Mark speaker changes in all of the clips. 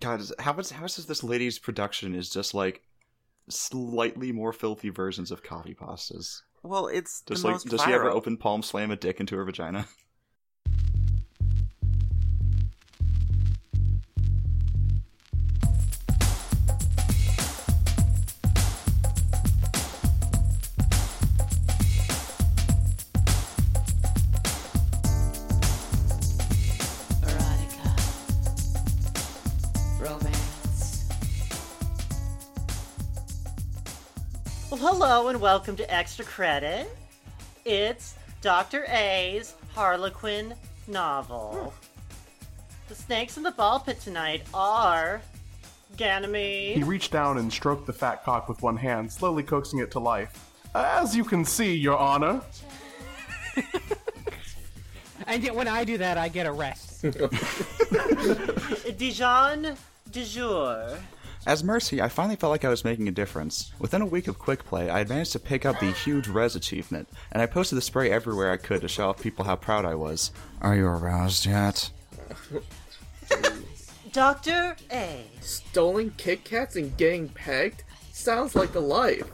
Speaker 1: God, is, how is how is this lady's production is just like slightly more filthy versions of copy pastas?
Speaker 2: Well, it's
Speaker 1: Just
Speaker 2: the
Speaker 1: like,
Speaker 2: most
Speaker 1: does she ever
Speaker 2: viral.
Speaker 1: open palm slam a dick into her vagina?
Speaker 3: Erotica. Romance.
Speaker 4: Well, hello and welcome to Extra Credit. It's Dr. A's Harlequin novel. The snakes in the ball pit tonight are
Speaker 5: He
Speaker 4: Ganymede.
Speaker 5: reached down and stroked the fat cock with one hand, slowly coaxing it to life. As you can see, Your Honor,
Speaker 6: And yet, when I do that, I get arrested.
Speaker 4: Dijon du jour.
Speaker 1: As Mercy, I finally felt like I was making a difference. Within a week of quick play, I had managed to pick up the huge res achievement, and I posted the spray everywhere I could to show off people how proud I was. Are you aroused yet?
Speaker 4: Dr. A.
Speaker 7: Stolen Kit Kats and getting pegged? Sounds like the life.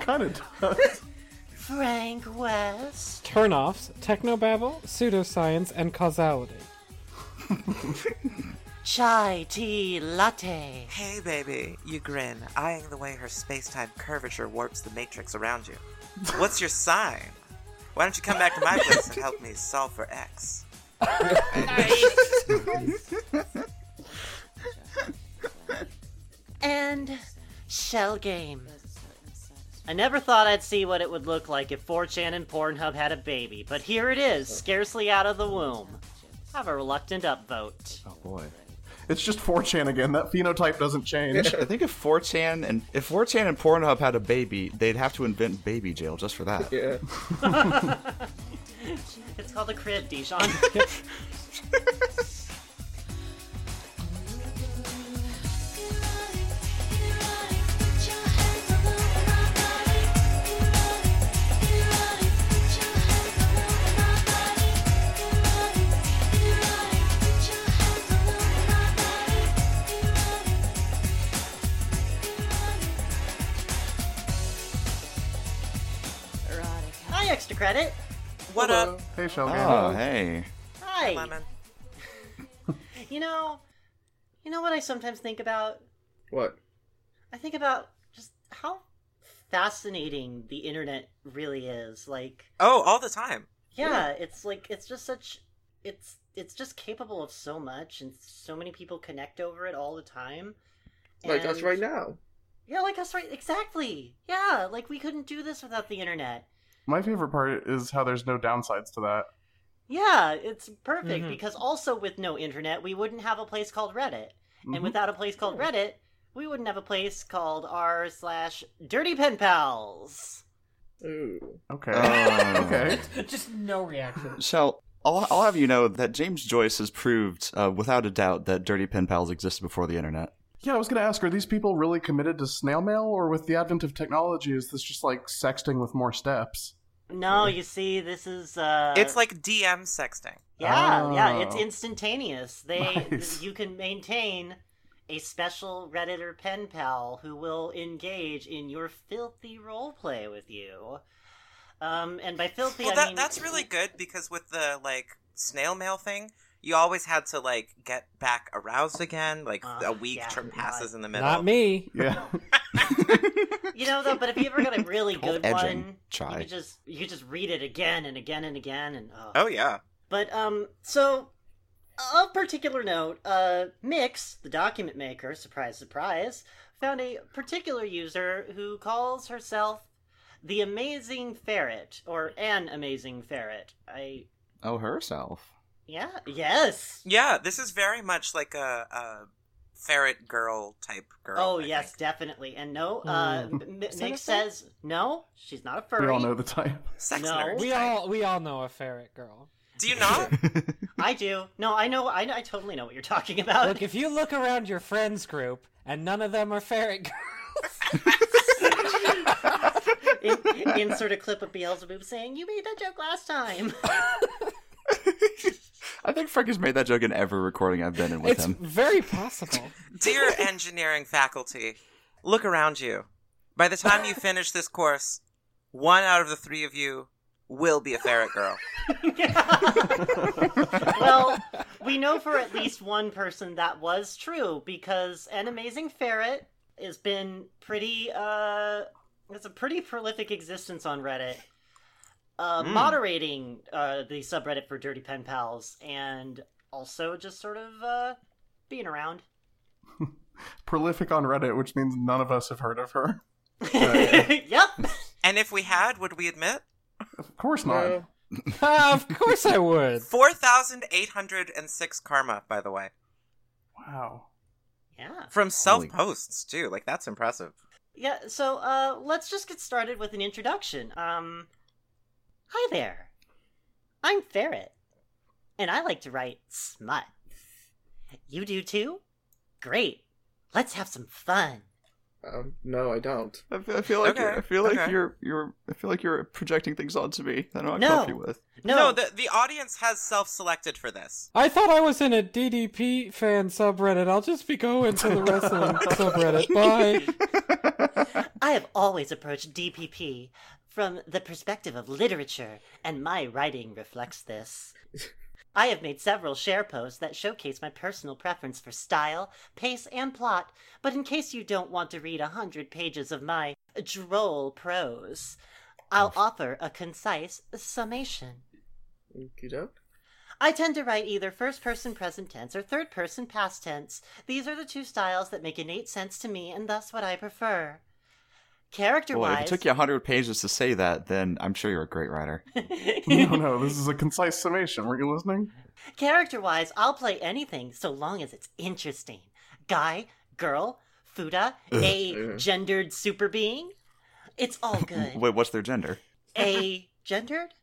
Speaker 5: kind of
Speaker 4: Frank West.
Speaker 6: Turnoffs, technobabble, pseudoscience, and causality.
Speaker 4: Chai tea latte.
Speaker 2: Hey, baby, you grin, eyeing the way her space time curvature warps the matrix around you. What's your sign? Why don't you come back to my place and help me solve for X?
Speaker 4: And Shell Game. I never thought I'd see what it would look like if 4chan and Pornhub had a baby, but here it is, scarcely out of the womb. Have a reluctant upvote.
Speaker 5: Oh boy. It's just 4chan again. That phenotype doesn't change.
Speaker 1: I think if 4chan and if 4chan and Pornhub had a baby, they'd have to invent baby jail just for that.
Speaker 7: Yeah.
Speaker 4: It's called a crib, Dijon. Hi, extra credit.
Speaker 2: What up,
Speaker 5: hey, Shell Game.
Speaker 1: Oh, hey.
Speaker 4: Hi.
Speaker 2: Lemon?
Speaker 4: You know, you know what I sometimes think about?
Speaker 7: What?
Speaker 4: I think about just how fascinating the internet really is. Like,
Speaker 2: Oh, all the time.
Speaker 4: yeah, it's like it's just such it's it's just capable of so much and so many people connect over it all the time.
Speaker 7: Like us
Speaker 4: And-
Speaker 7: right now.
Speaker 4: Yeah, like us right exactly. Yeah, like we couldn't do this without the internet.
Speaker 5: My favorite part is how there's no downsides to that.
Speaker 4: Yeah, it's perfect
Speaker 7: Mm-hmm.
Speaker 6: Mhm.
Speaker 4: because also with no internet, we wouldn't have a place called Reddit,
Speaker 5: Mhm.
Speaker 7: Mm-hmm.
Speaker 4: and without a place called Reddit, we wouldn't have a place called r slash dirty pen pals.
Speaker 7: Ooh.
Speaker 5: Okay.
Speaker 1: Oh.
Speaker 5: okay.
Speaker 6: Just no reaction.
Speaker 1: So I'll, I'll have you know that James Joyce has proved, uh, without a doubt, that dirty pen pals existed before the internet.
Speaker 5: Yeah, I was going to ask are these people really committed to snail mail, or with the advent of technology, is this just like sexting with more steps?
Speaker 4: No, you see, this is uh,
Speaker 2: It's like DM sexting.
Speaker 4: yeah, yeah,
Speaker 5: Oh.
Speaker 4: it's instantaneous. They
Speaker 5: Nice.
Speaker 4: you can maintain a special Redditor pen pal who will engage in your filthy roleplay with you. Um, and by filthy,
Speaker 2: Well,
Speaker 4: I
Speaker 2: that,
Speaker 4: mean
Speaker 2: that's really good because with the like snail mail thing, you always had to like get back aroused again. Like
Speaker 4: Uh,
Speaker 2: a week
Speaker 4: yeah,
Speaker 2: tr-
Speaker 4: not-
Speaker 2: passes in the middle.
Speaker 6: Not me.
Speaker 5: Yeah.
Speaker 4: You know, though, but if you ever got a really
Speaker 1: Called
Speaker 4: good
Speaker 1: edging.
Speaker 4: one,
Speaker 1: Try.
Speaker 4: you could just you could just read it again and again and again and. Oh.
Speaker 2: Oh yeah.
Speaker 4: But um, so of particular note, uh, Mix, the document maker, surprise, surprise, found a particular user who calls herself the Amazing Ferret or an Amazing Ferret. I
Speaker 1: Oh, herself.
Speaker 4: yeah yes.
Speaker 2: Yeah, this is very much like a, a ferret girl type girl.
Speaker 4: Oh
Speaker 2: I
Speaker 4: yes,
Speaker 2: think.
Speaker 4: definitely. And no, uh,
Speaker 5: Hmm.
Speaker 4: M- M-
Speaker 1: that a
Speaker 4: Mix
Speaker 1: ferret?
Speaker 4: says no. She's not a
Speaker 5: We
Speaker 4: furry.
Speaker 5: all know the type.
Speaker 2: sex
Speaker 4: No.
Speaker 2: nerd.
Speaker 6: We
Speaker 2: type.
Speaker 6: all we all know a ferret girl.
Speaker 2: Do you not?
Speaker 4: I do. No, I know. I, I totally know what you're talking about.
Speaker 6: Look, if you look around your friends group and none of them are ferret girls,
Speaker 4: In, insert a clip of Beelzebub saying, "You made that joke last time."
Speaker 1: I think Frank has made that joke in every recording I've been in with
Speaker 6: It's
Speaker 1: him.
Speaker 6: very possible.
Speaker 2: Dear engineering faculty, look around you. By the time you finish this course, one out of the three of you will be a ferret girl.
Speaker 4: well, we know for at least one person that was true because an amazing ferret has been pretty uh it's a pretty prolific existence on Reddit. Uh, moderating uh, the subreddit for dirty pen pals and also just sort of uh, being around
Speaker 5: Prolific on Reddit, which means none of us have heard of her.
Speaker 4: yep
Speaker 2: And if we had, would we admit?
Speaker 5: Of course not.
Speaker 7: No.
Speaker 6: Uh, of course I would.
Speaker 2: 4,806 karma, by the way.
Speaker 5: Wow.
Speaker 4: yeah
Speaker 2: From self posts, too. Like, that's impressive.
Speaker 4: yeah so uh, let's just get started with an introduction um hi there i'm ferret and i like to write smut you do too great let's have some fun
Speaker 7: Um, no, I don't.
Speaker 1: I feel, I feel like
Speaker 2: Okay,
Speaker 1: you're, I feel like
Speaker 2: okay.
Speaker 1: you're you're I feel like you're projecting things onto me that I'm not
Speaker 4: No.
Speaker 1: comfy with.
Speaker 4: no,
Speaker 2: the, the audience has self selected for this.
Speaker 6: I thought I was in a DDP fan subreddit. I'll just be going to the wrestling subreddit. Bye.
Speaker 4: i have always approached dpp from the perspective of literature and my writing reflects this I have made several share posts that showcase my personal preference for style, pace, and plot, but in case you don't want to read a hundred pages of my droll prose, I'll offer a concise summation.
Speaker 7: You don't?
Speaker 4: I tend to write either first person present tense or third person past tense. These are the two styles that make innate sense to me and thus what I prefer. Character
Speaker 1: Boy, if it
Speaker 4: wise,
Speaker 1: took you hundred pages to say that, then I'm sure you're a great writer.
Speaker 5: no, no, this is a concise summation. Were you listening?
Speaker 4: Character wise, I'll play anything so long as it's interesting. Guy, girl, Fuda, a gendered super being. It's all good.
Speaker 1: Wait, what's their gender?
Speaker 4: a gendered?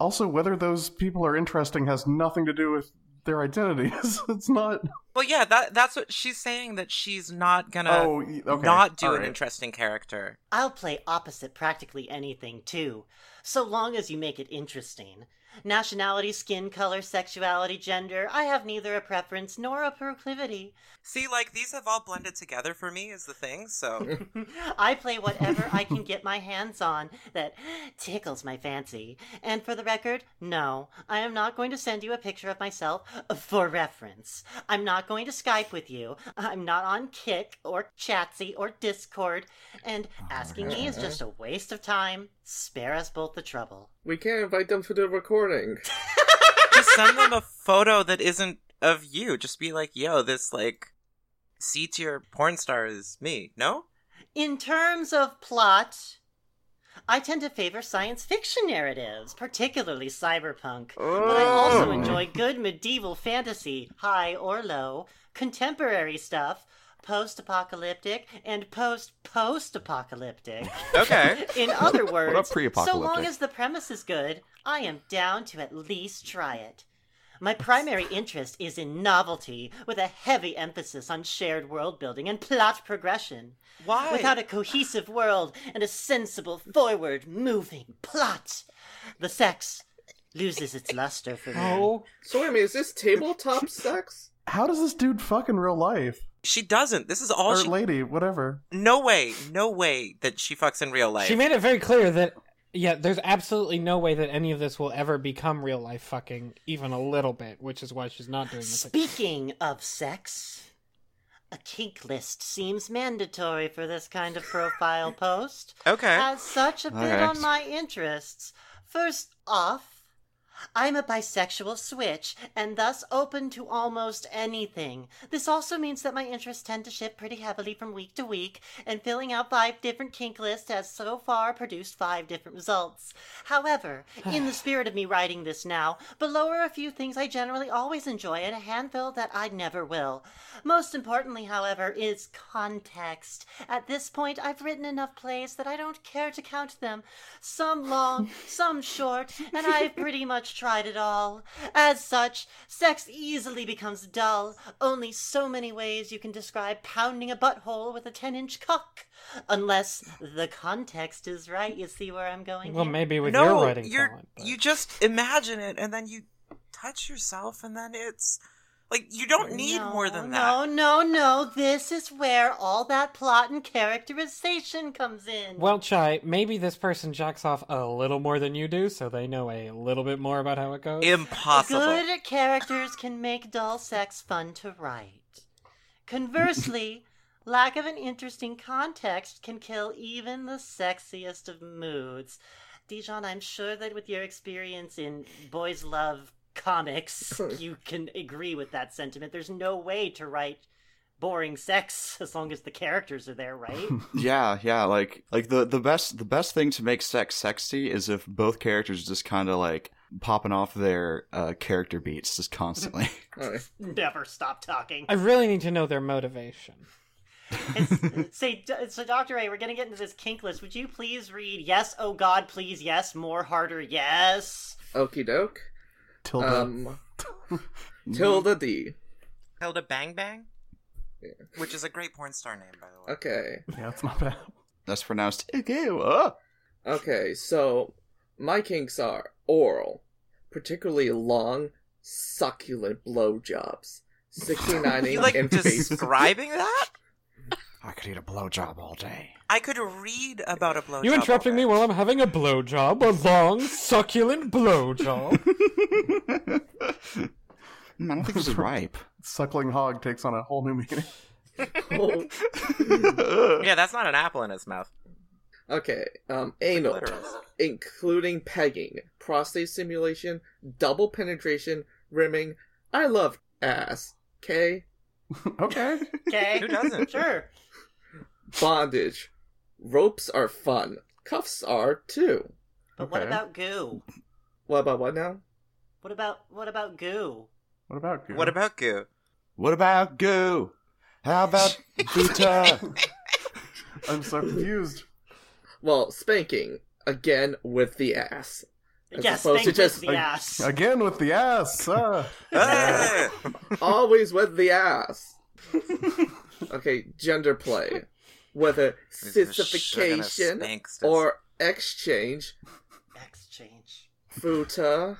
Speaker 5: Also, whether those people are interesting has nothing to do with their identities. it's not.
Speaker 2: Well, yeah, that that's what she's saying that she's not gonna
Speaker 5: Oh, y- okay.
Speaker 2: not do
Speaker 5: All
Speaker 2: an
Speaker 5: right.
Speaker 2: interesting character.
Speaker 4: I'll play opposite practically anything too, so long as you make it interesting. Nationality, skin color, sexuality, gender, I have neither a preference nor a proclivity.
Speaker 2: See, like these have all blended together for me is the thing. So
Speaker 4: I play whatever I can get my hands on that tickles my fancy. And for the record, no, I am not going to send you a picture of myself for reference. I'm not going to Skype with you. I'm not on Kick or Chatsy or Discord. And asking me is just a waste of time. Spare us both the trouble.
Speaker 7: We can't invite them to the recording.
Speaker 2: just send them a photo that isn't of you. Just be like, yo, this like C tier porn star is me. No?
Speaker 4: In terms of plot, I tend to favor science fiction narratives, particularly cyberpunk. But I also enjoy good medieval fantasy, high or low, contemporary stuff, post apocalyptic, and post post apocalyptic.
Speaker 2: Okay.
Speaker 4: In other
Speaker 1: about
Speaker 4: words, so
Speaker 1: pre-apocalyptic?
Speaker 4: long as the premise is good, I am down to at least try it. My primary interest is in novelty, with a heavy emphasis on shared world building and plot progression.
Speaker 2: Why?
Speaker 4: Without a cohesive world and a sensible, forward moving plot, the sex loses its luster for me.
Speaker 6: Oh,
Speaker 7: So, I mean, is this tabletop sex?
Speaker 5: How does this dude fuck in real life?
Speaker 2: she doesn't. This is all
Speaker 5: or
Speaker 2: she.
Speaker 5: lady, whatever.
Speaker 2: no way. No way that she fucks in real life.
Speaker 6: she made it very clear that yeah, there's absolutely no way that any of this will ever become real life fucking even a little bit, which is why she's not doing this.
Speaker 4: Speaking of sex, a kink list seems mandatory for this kind of profile post.
Speaker 2: okay.
Speaker 4: As such, a bit
Speaker 1: Alright.
Speaker 4: on my interests. First off, I'm a bisexual switch and thus open to almost anything. This also means that my interests tend to shift pretty heavily from week to week, and filling out five different kink lists has so far produced five different results. However, in the spirit of me writing this now, below are a few things I generally always enjoy and a handful that I never will. Most importantly, however, is context. At this point, I've written enough plays that I don't care to count them. Some long, some short, and I've pretty much much tried it all. As such, sex easily becomes dull. Only so many ways you can describe pounding a butthole with a 10 inch cock. Unless the context is right, you see where I'm going?
Speaker 6: Well,
Speaker 4: here?
Speaker 6: maybe with
Speaker 2: no,
Speaker 6: your writing
Speaker 2: you're
Speaker 6: talent. but-
Speaker 2: you just imagine it and then you touch yourself and then it's like you don't need more than that.
Speaker 4: No, no, no. This is where all that plot and characterization comes in.
Speaker 6: Well, Chai, maybe this person jacks off a little more than you do, so they know a little bit more about how it goes.
Speaker 2: Impossible.
Speaker 4: Good characters can make dull sex fun to write. Conversely, lack of an interesting context can kill even the sexiest of moods. Dijon, I'm sure that with your experience in boys love comics, you can agree with that sentiment. There's no way to write boring sex as long as the characters are there, right?
Speaker 1: Yeah, yeah, like like the the best the best thing to make sex sexy is if both characters just kind of like popping off their uh, character beats just constantly.
Speaker 7: Alright.
Speaker 4: Never stop talking.
Speaker 6: I really need to know their motivation.
Speaker 4: It's- say, so Dr. A, we're going to get into this kink list. Would you please read yes, oh God, please, yes, more harder, yes?
Speaker 7: Okie doke.
Speaker 5: Tilda.
Speaker 7: Um, Tilda D.
Speaker 2: Hilda Bang Bang? Which is a great porn star name, by the way.
Speaker 7: Okay.
Speaker 5: yeah, that's not bad.
Speaker 1: That's pronounced ew. Uh.
Speaker 7: Okay, so my kinks are oral, particularly long, succulent blowjobs. 69
Speaker 2: You like
Speaker 7: and face.
Speaker 2: describing that?
Speaker 1: I could eat a blowjob all day.
Speaker 2: I could read about a blowjob.
Speaker 6: you interrupting
Speaker 2: all
Speaker 6: me
Speaker 2: day.
Speaker 6: while I'm having a blowjob? A long, succulent blowjob?
Speaker 1: Mm, I don't think this is ripe.
Speaker 5: Suckling hog takes on a whole new meaning.
Speaker 2: Yeah, that's not an apple in his mouth.
Speaker 7: Okay, um, anal,
Speaker 2: Clitoris.
Speaker 7: including pegging, prostate stimulation, double penetration, rimming. I love ass. Okay,
Speaker 5: okay.
Speaker 4: Okay.
Speaker 2: Who doesn't?
Speaker 4: Sure.
Speaker 7: bondage. Ropes are fun. Cuffs are too.
Speaker 4: But what
Speaker 5: Okay.
Speaker 4: about goo?
Speaker 7: What about what now?
Speaker 4: What about what about goo?
Speaker 5: What about you?
Speaker 2: What about goo?
Speaker 1: what about goo? How about Buta?
Speaker 5: I'm so confused.
Speaker 7: Well, spanking again with the ass. As
Speaker 4: yes,
Speaker 7: opposed
Speaker 4: thank
Speaker 7: to just
Speaker 4: the ass.
Speaker 5: Again with the ass. Uh,
Speaker 2: Ah!
Speaker 7: always with the ass. okay, gender play, whether
Speaker 2: This is a sugar and a
Speaker 7: sissification
Speaker 2: spanksters.
Speaker 7: or exchange,
Speaker 4: Exchange.
Speaker 7: futa,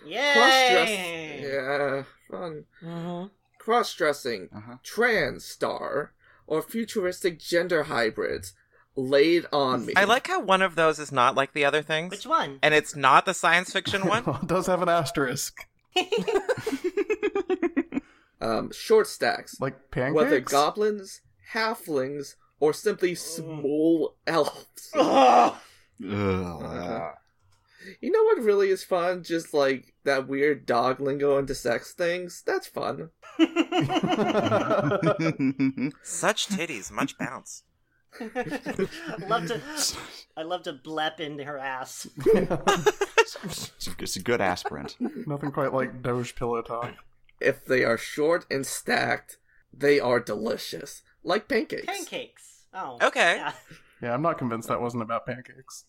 Speaker 7: cross dressing,
Speaker 4: Yay!
Speaker 7: yeah, fun,
Speaker 6: hmm
Speaker 7: cross dressing,
Speaker 1: Uh-huh.
Speaker 7: trans star, or futuristic gender hybrids laid on me.
Speaker 2: I like how one of those is not like the other things.
Speaker 4: Which one?
Speaker 2: And it's not the science fiction one.
Speaker 5: well, it does have an asterisk,
Speaker 7: um, short stacks,
Speaker 5: like pancakes.
Speaker 7: whether goblins, halflings, or simply small elves.
Speaker 4: Ugh.
Speaker 1: Ugh.
Speaker 7: You know what really is fun? Just like that weird dog lingo into sex things. That's fun.
Speaker 2: Such titties, much bounce.
Speaker 4: love to, I love to blep into her ass.
Speaker 1: it's a good aspirant.
Speaker 5: Nothing quite like Doge pillow talk.
Speaker 7: If they are short and stacked, they are delicious, like pancakes.
Speaker 4: Pancakes. Oh.
Speaker 2: Okay.
Speaker 4: Yeah.
Speaker 5: Yeah, I'm not convinced that wasn't about pancakes.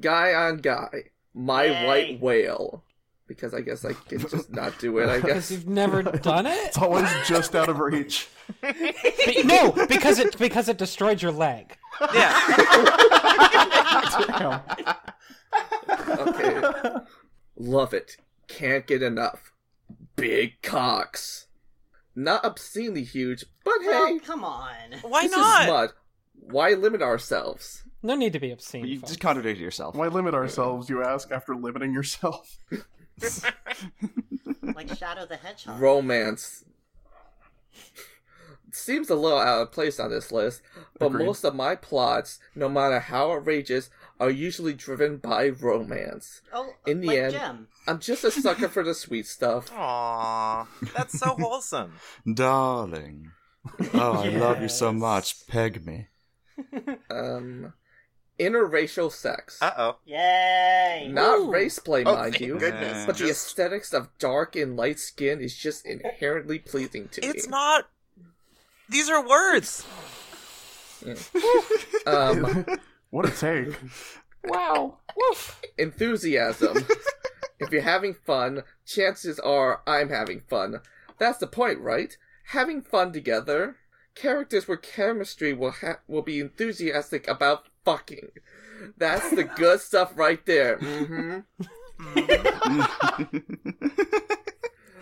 Speaker 7: Guy on guy, my
Speaker 4: Yay.
Speaker 7: white whale. Because I guess I can just not do it. I
Speaker 6: Because
Speaker 7: guess
Speaker 6: you've never done it?
Speaker 5: It's always just out of reach.
Speaker 6: Be- no, because it because it destroyed your leg.
Speaker 2: Yeah.
Speaker 5: Damn.
Speaker 7: okay. Love it. Can't get enough. Big cocks, not obscenely huge, but hey,
Speaker 4: Well, come on.
Speaker 2: Why
Speaker 7: this is
Speaker 2: not?
Speaker 7: mud. Why limit ourselves?
Speaker 6: No need to be obscene.
Speaker 1: You
Speaker 6: folks.
Speaker 1: just contradicted yourself.
Speaker 5: Why limit ourselves, you ask, after limiting yourself?
Speaker 4: Like Shadow the Hedgehog.
Speaker 7: romance seems a little out of place on this list, but
Speaker 5: Agreed.
Speaker 7: most of my plots, no matter how outrageous, are usually driven by romance.
Speaker 4: oh,
Speaker 7: in the
Speaker 4: like
Speaker 7: end-
Speaker 4: Gem.
Speaker 7: I'm just a sucker for the sweet stuff.
Speaker 2: Aw, that's so wholesome.
Speaker 1: Darling. Oh, I love you so
Speaker 4: Yes.
Speaker 1: much. Peg me.
Speaker 7: Um, interracial sex.
Speaker 2: Uh oh.
Speaker 4: Yay!
Speaker 7: Not
Speaker 6: Ooh.
Speaker 7: race play,
Speaker 2: Oh,
Speaker 7: mind
Speaker 2: thank
Speaker 7: you,
Speaker 2: goodness.
Speaker 7: but the
Speaker 2: Just-
Speaker 7: aesthetics of dark and light skin is just inherently pleasing to
Speaker 2: It's
Speaker 7: me.
Speaker 2: not. These are words.
Speaker 7: Um,
Speaker 5: What a take.
Speaker 6: Wow. Woof.
Speaker 7: enthusiasm, If you're having fun, chances are I'm having fun. That's the point, right? Having fun together. Characters where chemistry will ha- will be enthusiastic about fucking. That's the good stuff right there.
Speaker 5: Mm-hmm.
Speaker 7: hmm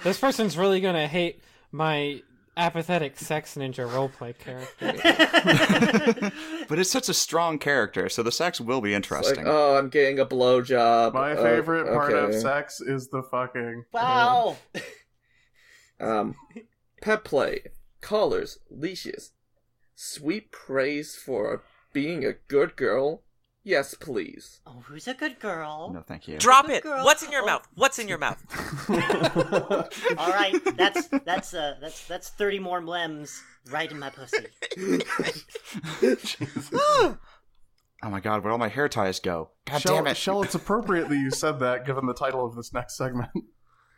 Speaker 6: This person's really gonna hate my apathetic sex ninja roleplay character.
Speaker 1: But it's such a strong character, so the sex will be
Speaker 7: Like,
Speaker 1: interesting.
Speaker 7: oh, I'm getting a blowjob.
Speaker 5: My
Speaker 7: Oh,
Speaker 5: favorite part of
Speaker 7: okay.
Speaker 5: sex is the fucking.
Speaker 4: Wow.
Speaker 7: Um, pet play, collars, leashes, sweet praise for being a good girl. Yes, please.
Speaker 4: Oh, who's a good girl?
Speaker 1: no, thank you.
Speaker 2: Drop it.
Speaker 4: Girl.
Speaker 2: What's in your
Speaker 4: Oh.
Speaker 2: mouth? What's in your mouth?
Speaker 4: All right, that's that's uh that's that's thirty more mlems right in my pussy.
Speaker 1: oh my god, where'd all my hair ties go? God
Speaker 5: Shell,
Speaker 1: damn it.
Speaker 5: Shell, it's appropriate that you said that given the title of this next segment.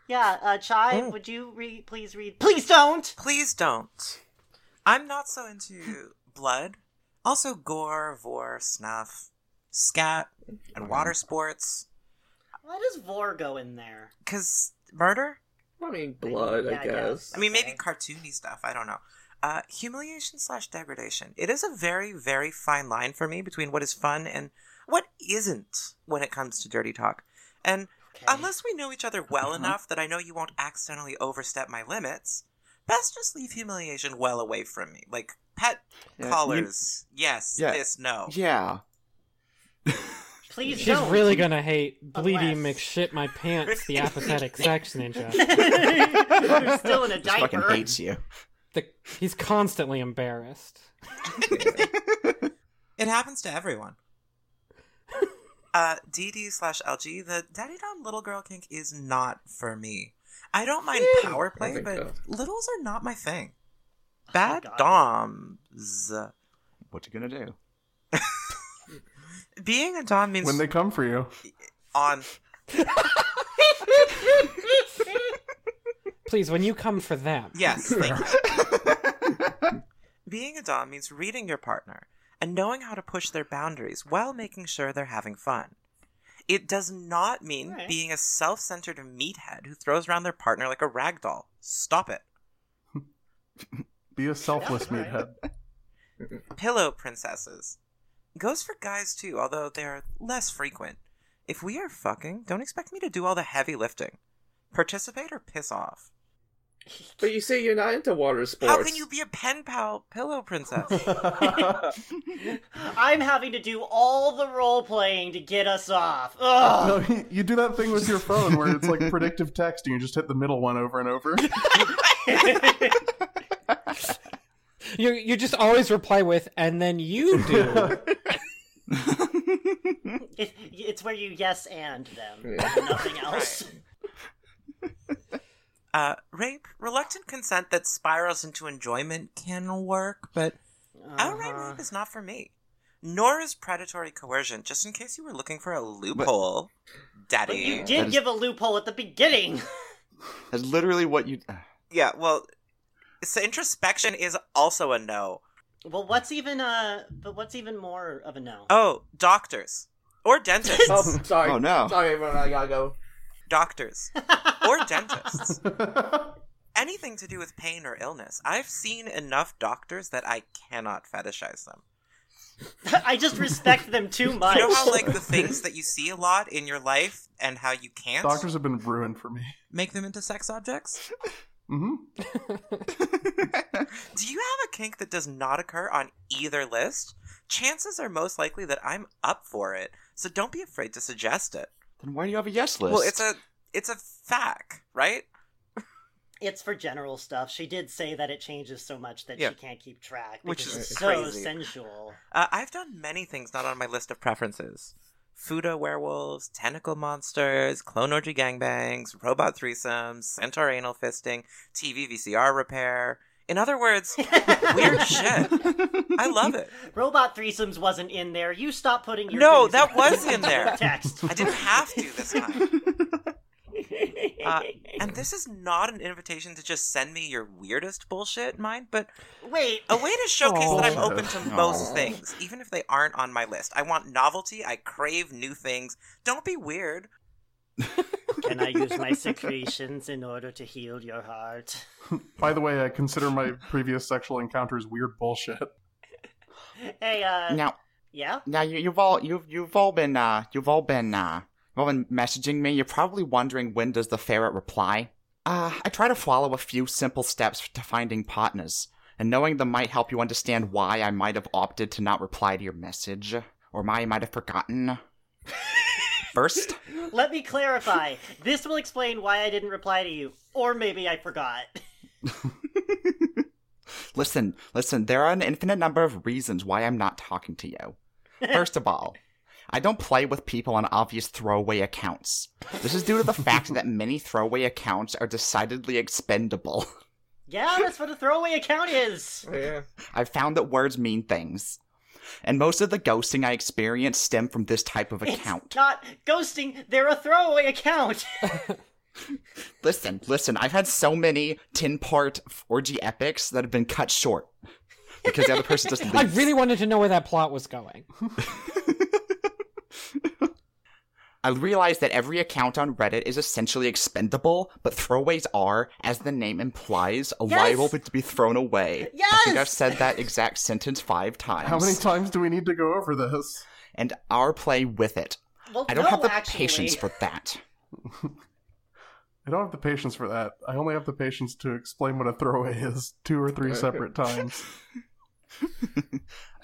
Speaker 4: Yeah, uh, Chai,
Speaker 6: Oh.
Speaker 4: would you re- please read? Please don't.
Speaker 2: Please don't. I'm not so into blood. Also, gore, vor, snuff, scat, and water sports.
Speaker 4: Why does Vor go in there?
Speaker 2: Because murder?
Speaker 7: I mean, blood,
Speaker 4: Yeah, I
Speaker 7: I guess.
Speaker 2: I mean, maybe
Speaker 4: Okay.
Speaker 2: cartoony stuff. I don't know. Uh, humiliation slash degradation. It is a very, very fine line for me between what is fun and what isn't when it comes to dirty talk. And
Speaker 4: Okay.
Speaker 2: unless we know each other well
Speaker 1: Uh-huh.
Speaker 2: enough that I know you won't accidentally overstep my limits, best just leave humiliation well away from me. Like pet
Speaker 1: Yeah, you-
Speaker 2: collars, yes,
Speaker 1: Yeah.
Speaker 2: this, no.
Speaker 1: yeah.
Speaker 4: Please
Speaker 6: She's
Speaker 4: don't.
Speaker 6: really gonna hate Bleedy
Speaker 4: Unless-
Speaker 6: McShit My Pants, the apathetic sex ninja.
Speaker 4: You're still in a
Speaker 1: Just fucking
Speaker 4: diaper.
Speaker 1: hates you.
Speaker 6: The, he's constantly embarrassed.
Speaker 2: It happens to everyone. uh, DD slash LG, the daddy dom little girl kink is not for me. I don't mind power
Speaker 7: I
Speaker 2: play,
Speaker 7: think
Speaker 2: but
Speaker 7: so.
Speaker 2: littles are not my thing. Bad
Speaker 4: God.
Speaker 2: doms.
Speaker 1: What you gonna do?
Speaker 2: Being a dom means
Speaker 5: when they come for you.
Speaker 2: on.
Speaker 6: Please, when you come for them.
Speaker 2: Yes, thank you. Being a dom means reading your partner and knowing how to push their boundaries while making sure they're having fun. It does not mean
Speaker 4: Alright.
Speaker 2: being a self-centered meathead who throws around their partner like a rag doll. Stop it.
Speaker 5: Be a selfless
Speaker 4: Alright.
Speaker 5: meathead.
Speaker 2: pillow princesses. Goes for guys too, although they're less frequent. If we are fucking, don't expect me to do all the heavy lifting. Participate or piss off.
Speaker 7: But you say you're not into water sports.
Speaker 2: How can you be a pen pal pillow princess?
Speaker 4: I'm having to do all the role playing to get us off. Ugh.
Speaker 5: No, you- you do that thing with your phone where it's like predictive text and you just hit the middle one over and over.
Speaker 6: You, you just always reply with, and then you do.
Speaker 4: It, it's where you yes and them,
Speaker 7: Yeah.
Speaker 4: nothing else.
Speaker 2: uh, rape, reluctant consent that spirals into enjoyment can work, but outright
Speaker 4: Uh-huh.
Speaker 2: rape is not for me. Nor is predatory coercion, just in case you were looking for a loophole.
Speaker 4: But
Speaker 2: Daddy.
Speaker 4: you
Speaker 1: That
Speaker 4: did
Speaker 1: is-
Speaker 4: give a loophole at the beginning.
Speaker 1: That's literally what you. uh,
Speaker 2: Yeah, well, so introspection is also a no.
Speaker 4: Well, what's even uh? But what's even more of a no?
Speaker 2: Oh, doctors or dentists.
Speaker 7: Oh, sorry.
Speaker 1: Oh, no.
Speaker 7: Sorry, everyone. I gotta go.
Speaker 2: Doctors or dentists. Anything to do with pain or illness. I've seen enough doctors that I cannot fetishize them.
Speaker 4: I just respect them too much.
Speaker 2: You know how like the things that you see a lot in your life and how you can't
Speaker 5: Doctors have been ruined for me.
Speaker 2: make them into sex objects?
Speaker 5: hmm
Speaker 2: Do you have a kink that does not occur on either list? Chances are most likely that I'm up for it, so don't be afraid to suggest it.
Speaker 1: Then why do you have a yes list?
Speaker 2: Well, it's a it's a fact, right?
Speaker 4: it's for general stuff. She did say that it changes so much that
Speaker 2: Yeah.
Speaker 4: she can't keep track,
Speaker 2: Which
Speaker 4: because
Speaker 2: is
Speaker 4: it's so
Speaker 2: crazy.
Speaker 4: sensual.
Speaker 2: Uh, I've done many things not on my list of preferences. Fuda werewolves, tentacle monsters, clone orgy gangbangs, robot threesomes, centaur anal fisting, TV VCR repair. In other words, weird shit. I love it.
Speaker 4: Robot threesomes wasn't in there. You stop putting your
Speaker 2: No,
Speaker 4: things
Speaker 2: that
Speaker 4: in
Speaker 2: was in there.
Speaker 4: text.
Speaker 2: I didn't have to this time. Uh, and this is not an invitation to just send me your weirdest bullshit, mind, but
Speaker 4: Wait,
Speaker 2: a way to showcase that I'm
Speaker 5: Aw.
Speaker 2: open to most things, even if they aren't on my list. I want novelty. I crave new things. Don't be weird.
Speaker 4: Can I use my secretions in order to heal your heart?
Speaker 5: By the way, I consider my previous sexual encounters weird bullshit.
Speaker 4: Hey, uh,
Speaker 1: Now,
Speaker 4: yeah?
Speaker 1: now you, you've all you've you've all been uh you've all been uh you've all been messaging me. You're probably wondering when does the ferret reply. Uh, I try to follow a few simple steps to finding partners, and knowing them might help you understand why I might have opted to not reply to your message, or why I might have forgotten. First,
Speaker 4: Let me clarify. This will explain why I didn't reply to you, or maybe I forgot.
Speaker 1: listen, listen. There are an infinite number of reasons why I'm not talking to you. First of all, I don't play with people on obvious throwaway accounts. This is due to the fact that many throwaway accounts are decidedly expendable.
Speaker 4: Yeah, that's what a throwaway account is.
Speaker 7: Yeah.
Speaker 1: I've found that words mean things. And most of the ghosting I experience stem from this type of account.
Speaker 4: It's not ghosting, they're a throwaway account.
Speaker 1: listen, listen, I've had so many 10 part orgy epics that have been cut short because the other person just
Speaker 6: I
Speaker 1: leaves.
Speaker 6: really wanted to know where that plot was going.
Speaker 1: I realize that every account on Reddit is essentially expendable, but throwaways are, as the name implies, a
Speaker 4: Yes!
Speaker 1: liable to be thrown away. I think
Speaker 4: Yes!
Speaker 1: I've said that exact sentence five times.
Speaker 5: How many times do we need to go over this?
Speaker 1: and our play with it.
Speaker 4: Well,
Speaker 1: I don't
Speaker 4: no,
Speaker 1: have the
Speaker 4: actually.
Speaker 1: patience for that.
Speaker 5: I don't have the patience for that. I only have the patience to explain what a throwaway is two or three separate times.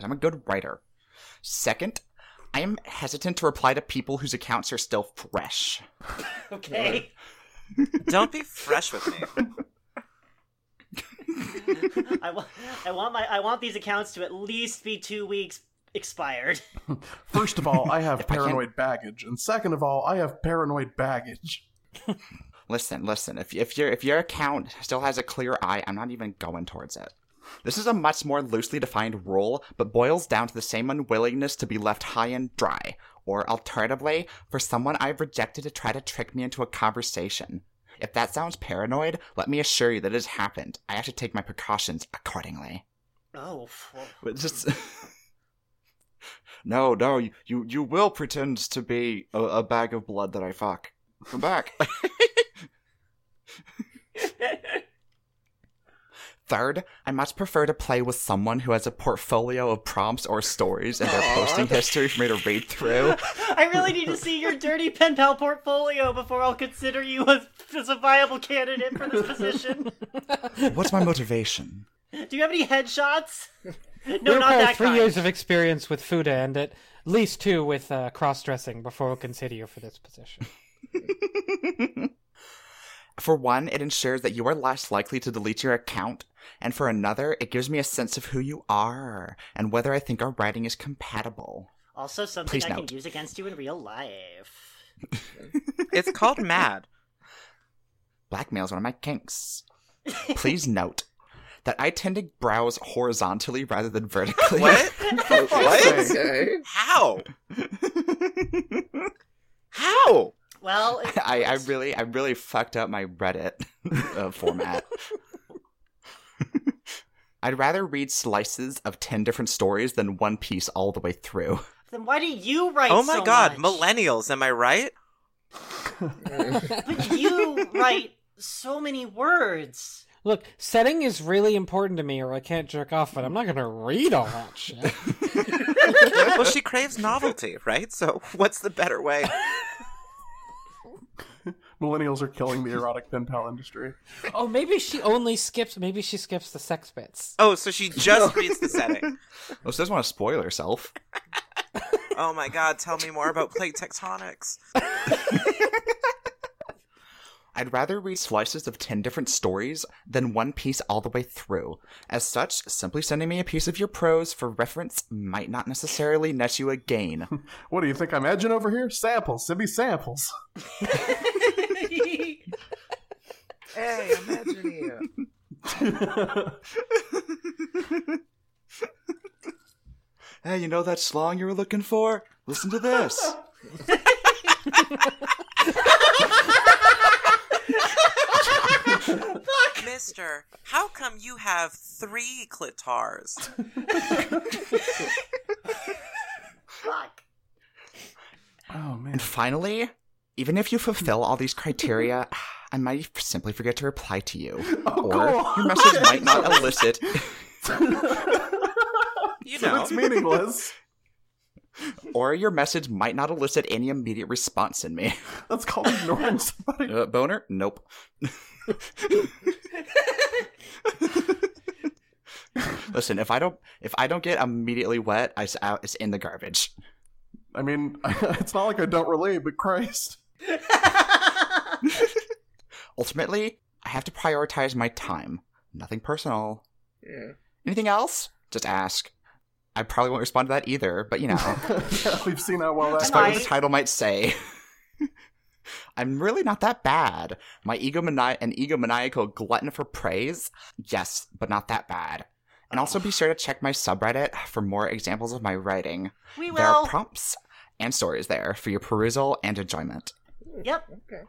Speaker 1: I'm a good writer. Second, I am hesitant to reply to people whose accounts are still fresh.
Speaker 4: Okay.
Speaker 2: Don't be fresh with me.
Speaker 4: I, wa- I want my I want these accounts to at least be two weeks expired.
Speaker 5: First of all, I have
Speaker 1: If I can't-
Speaker 5: paranoid baggage, and second of all, I have paranoid baggage.
Speaker 1: Listen, listen. If if your if your account still has a clear eye, I'm not even going towards it. This is a much more loosely defined rule, but boils down to the same unwillingness to be left high and dry, or alternatively, for someone I've rejected to try to trick me into a conversation. If that sounds paranoid, let me assure you that it has happened. I have to take my precautions accordingly.
Speaker 4: Oh, f-
Speaker 1: But just no, no, you, you you will pretend to be a, a bag of blood that I fuck. Come back. Third, I much prefer to play with someone who has a portfolio of prompts or stories in their posting history for me to read through.
Speaker 4: I really need to see your dirty pen pal portfolio before I'll consider you as, as a viable candidate for this position.
Speaker 1: What's my motivation?
Speaker 4: Do you have any headshots? No,
Speaker 6: we
Speaker 4: not
Speaker 6: require
Speaker 4: that
Speaker 6: three
Speaker 4: kind.
Speaker 6: years of experience with Fuda and at least two with uh, cross-dressing before we'll consider you for this position.
Speaker 1: For one, it ensures that you are less likely to delete your account, and for another, it gives me a sense of who you are and whether I think our writing is compatible.
Speaker 4: Also, something
Speaker 1: Please
Speaker 4: I
Speaker 1: note.
Speaker 4: can use against you in real life.
Speaker 2: It's called mad.
Speaker 1: Blackmail is one of my kinks. Please note that I tend to browse horizontally rather than vertically.
Speaker 2: What? what?
Speaker 7: Okay.
Speaker 2: How? How?
Speaker 4: Well, it-
Speaker 1: I, I really, I really fucked up my Reddit uh, format. I'd rather read slices of ten different stories than one piece all the way through.
Speaker 4: then why do you write?
Speaker 2: Oh my
Speaker 4: so
Speaker 2: god,
Speaker 4: much?
Speaker 2: millennials, am I right?
Speaker 4: But you write so many words.
Speaker 6: Look, setting is really important to me, or I can't jerk off. But I'm not going to read all that shit.
Speaker 2: well, she craves novelty, right? So what's the better way?
Speaker 5: Millennials are killing the erotic pen pal industry.
Speaker 6: oh, maybe she only skips. Maybe she skips the sex bits.
Speaker 2: Oh, so she just reads the setting.
Speaker 1: Oh, she doesn't want to spoil herself.
Speaker 2: Oh my god, tell me more about plate tectonics.
Speaker 1: I'd rather read slices of 10 different stories than one piece all the way through. As such, simply sending me a piece of your prose for reference might not necessarily net you a gain.
Speaker 5: What do you think I'm edging over here? Samples, send me samples.
Speaker 7: Hey, imagine you.
Speaker 1: hey, you know that slong you were looking for? Listen to this.
Speaker 2: Mister, how come you have three clitars?
Speaker 4: Fuck.
Speaker 5: Oh man.
Speaker 1: and finally, even if you fulfill all these criteria, I might f- simply forget to reply to you.
Speaker 5: Oh,
Speaker 1: or
Speaker 5: go on.
Speaker 1: your message might not elicit.
Speaker 2: You
Speaker 5: So
Speaker 2: know,
Speaker 5: it's meaningless.
Speaker 1: Or your message might not elicit any immediate response in me.
Speaker 5: That's called ignoring somebody.
Speaker 1: Uh, boner? Nope. Listen, if I don't if I don't get immediately wet, I, s- I- it's in the garbage.
Speaker 5: I mean, it's not like I don't relate, but Christ.
Speaker 1: Ultimately, I have to prioritize my time. Nothing personal.
Speaker 7: Yeah.
Speaker 1: Anything else? Just ask. I probably won't respond to that either, but you know,
Speaker 5: yeah, we've seen how well that.
Speaker 1: despite what
Speaker 4: Might.
Speaker 1: the title might say, I'm really not that bad. My egomani- an egomaniacal glutton for praise? Yes, but not that bad. And also be sure to check my subreddit for more examples of my writing.
Speaker 4: we
Speaker 1: There are
Speaker 4: will.
Speaker 1: prompts and stories there for your perusal and enjoyment.
Speaker 4: yep.
Speaker 7: Okay.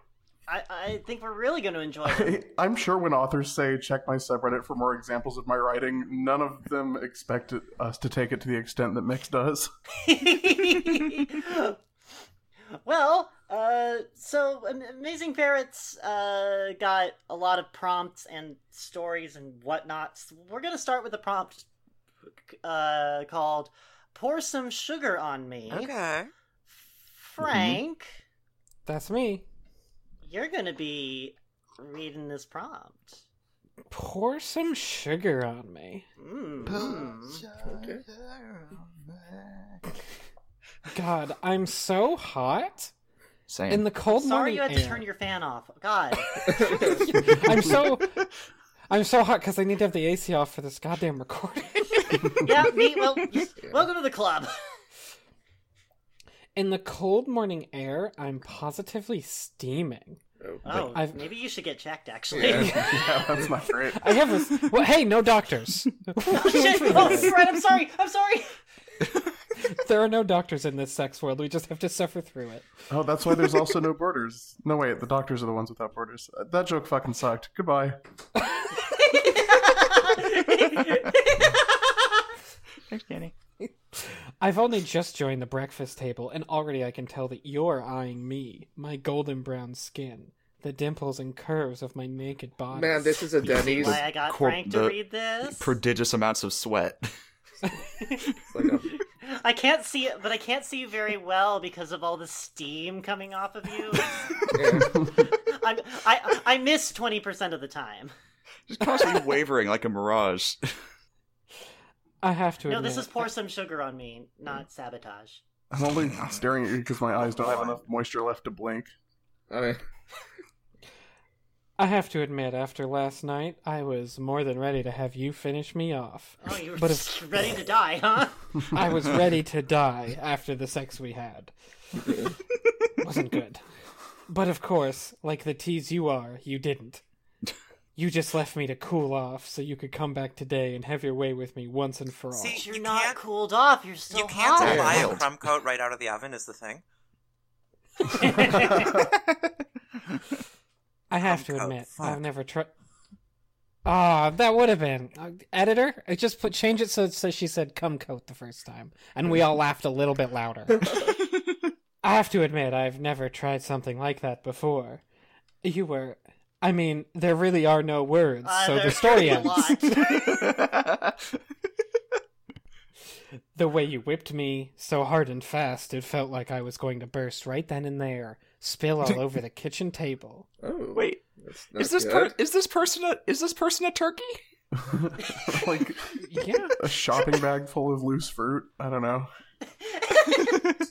Speaker 4: I, I think we're really going to enjoy it.
Speaker 5: I- I'm sure when authors say check my subreddit for more examples of my writing, none of them expect it, us to take it to the extent that Mix does.
Speaker 4: well, uh, so Am- Amazing Ferrets uh, got a lot of prompts and stories and whatnot. So we're going to start with a prompt uh, called Pour Some Sugar on Me.
Speaker 2: okay.
Speaker 4: Frank,
Speaker 6: That's me.
Speaker 4: you're going to be reading this prompt.
Speaker 6: Pour some sugar on me.
Speaker 4: Mm.
Speaker 7: Okay.
Speaker 6: God, I'm so hot
Speaker 1: Same.
Speaker 6: in the cold
Speaker 4: Sorry
Speaker 6: morning
Speaker 4: you had to
Speaker 6: air.
Speaker 4: turn your fan off. Oh, God.
Speaker 6: I'm so I'm so hot because I need to have the AC off for this goddamn recording.
Speaker 4: yeah, me. Well, welcome to the club.
Speaker 6: In the cold morning air, I'm positively steaming.
Speaker 4: Oh,
Speaker 6: I've-
Speaker 4: maybe you should get checked, actually.
Speaker 5: yeah, that's not great.
Speaker 6: I have this. Well, hey, no doctors.
Speaker 4: oh, shit. Oh, right. I'm sorry. I'm sorry.
Speaker 6: there are no doctors in this sex world. We just have to suffer through it.
Speaker 5: Oh, that's why there's also no borders. No, wait, the doctors are the ones without borders. Uh, That joke fucking sucked. Goodbye.
Speaker 1: Thanks, Danny.
Speaker 6: I've only just joined the breakfast table, and already I can tell that you're eyeing me, my golden brown skin, the dimples and curves of my naked body.
Speaker 7: Man, this is a
Speaker 4: You see
Speaker 7: Denny's.
Speaker 4: why I got
Speaker 1: Corp-
Speaker 4: Frank to
Speaker 1: the-
Speaker 4: read this?
Speaker 1: Prodigious amounts of sweat.
Speaker 7: Like a-
Speaker 4: I can't see it, but I can't see you very well because of all the steam coming off of you.
Speaker 7: yeah.
Speaker 4: I'm, I I miss twenty percent of the time.
Speaker 1: Just constantly wavering like a mirage.
Speaker 6: I have to
Speaker 4: No,
Speaker 6: admit.
Speaker 4: this is pour some sugar on me, not sabotage.
Speaker 5: I'm only staring at you because my eyes don't have enough moisture left to blink.
Speaker 7: I mean,
Speaker 6: I have to admit, after last night, I was more than ready to have you finish me off.
Speaker 4: Oh, you're
Speaker 6: But if-
Speaker 4: ready to die, huh?
Speaker 6: I was ready to die after the sex we had. Wasn't good. But of course, like the tease you are, you didn't. You just left me to cool off so you could come back today and have your way with me once and for all.
Speaker 2: See,
Speaker 4: You're
Speaker 2: You
Speaker 4: not
Speaker 2: can't-
Speaker 4: cooled off. You're still
Speaker 2: you can't
Speaker 4: hot.
Speaker 2: buy a
Speaker 1: Wild.
Speaker 2: crumb coat right out of the oven is the thing.
Speaker 6: I have to
Speaker 2: Uncut
Speaker 6: admit,
Speaker 2: fuck.
Speaker 6: I've never tried. Ah, that would have been uh, editor. I just put change it so, so she said "cum coat" the first time, and we all laughed a little bit louder. I have to admit, I've never tried something like that before. You were. I mean, there really are no words,
Speaker 4: Uh,
Speaker 6: so the
Speaker 4: there's
Speaker 6: story
Speaker 4: a lot.
Speaker 6: ends. The way you whipped me so hard and fast, it felt like I was going to burst right then and there, spill all over the kitchen table.
Speaker 7: oh,
Speaker 1: Wait,
Speaker 7: that's not
Speaker 1: is this per-
Speaker 7: good.
Speaker 1: is this person a is this person a turkey?
Speaker 5: like
Speaker 6: Yeah.
Speaker 5: a shopping bag full of loose fruit. I don't know.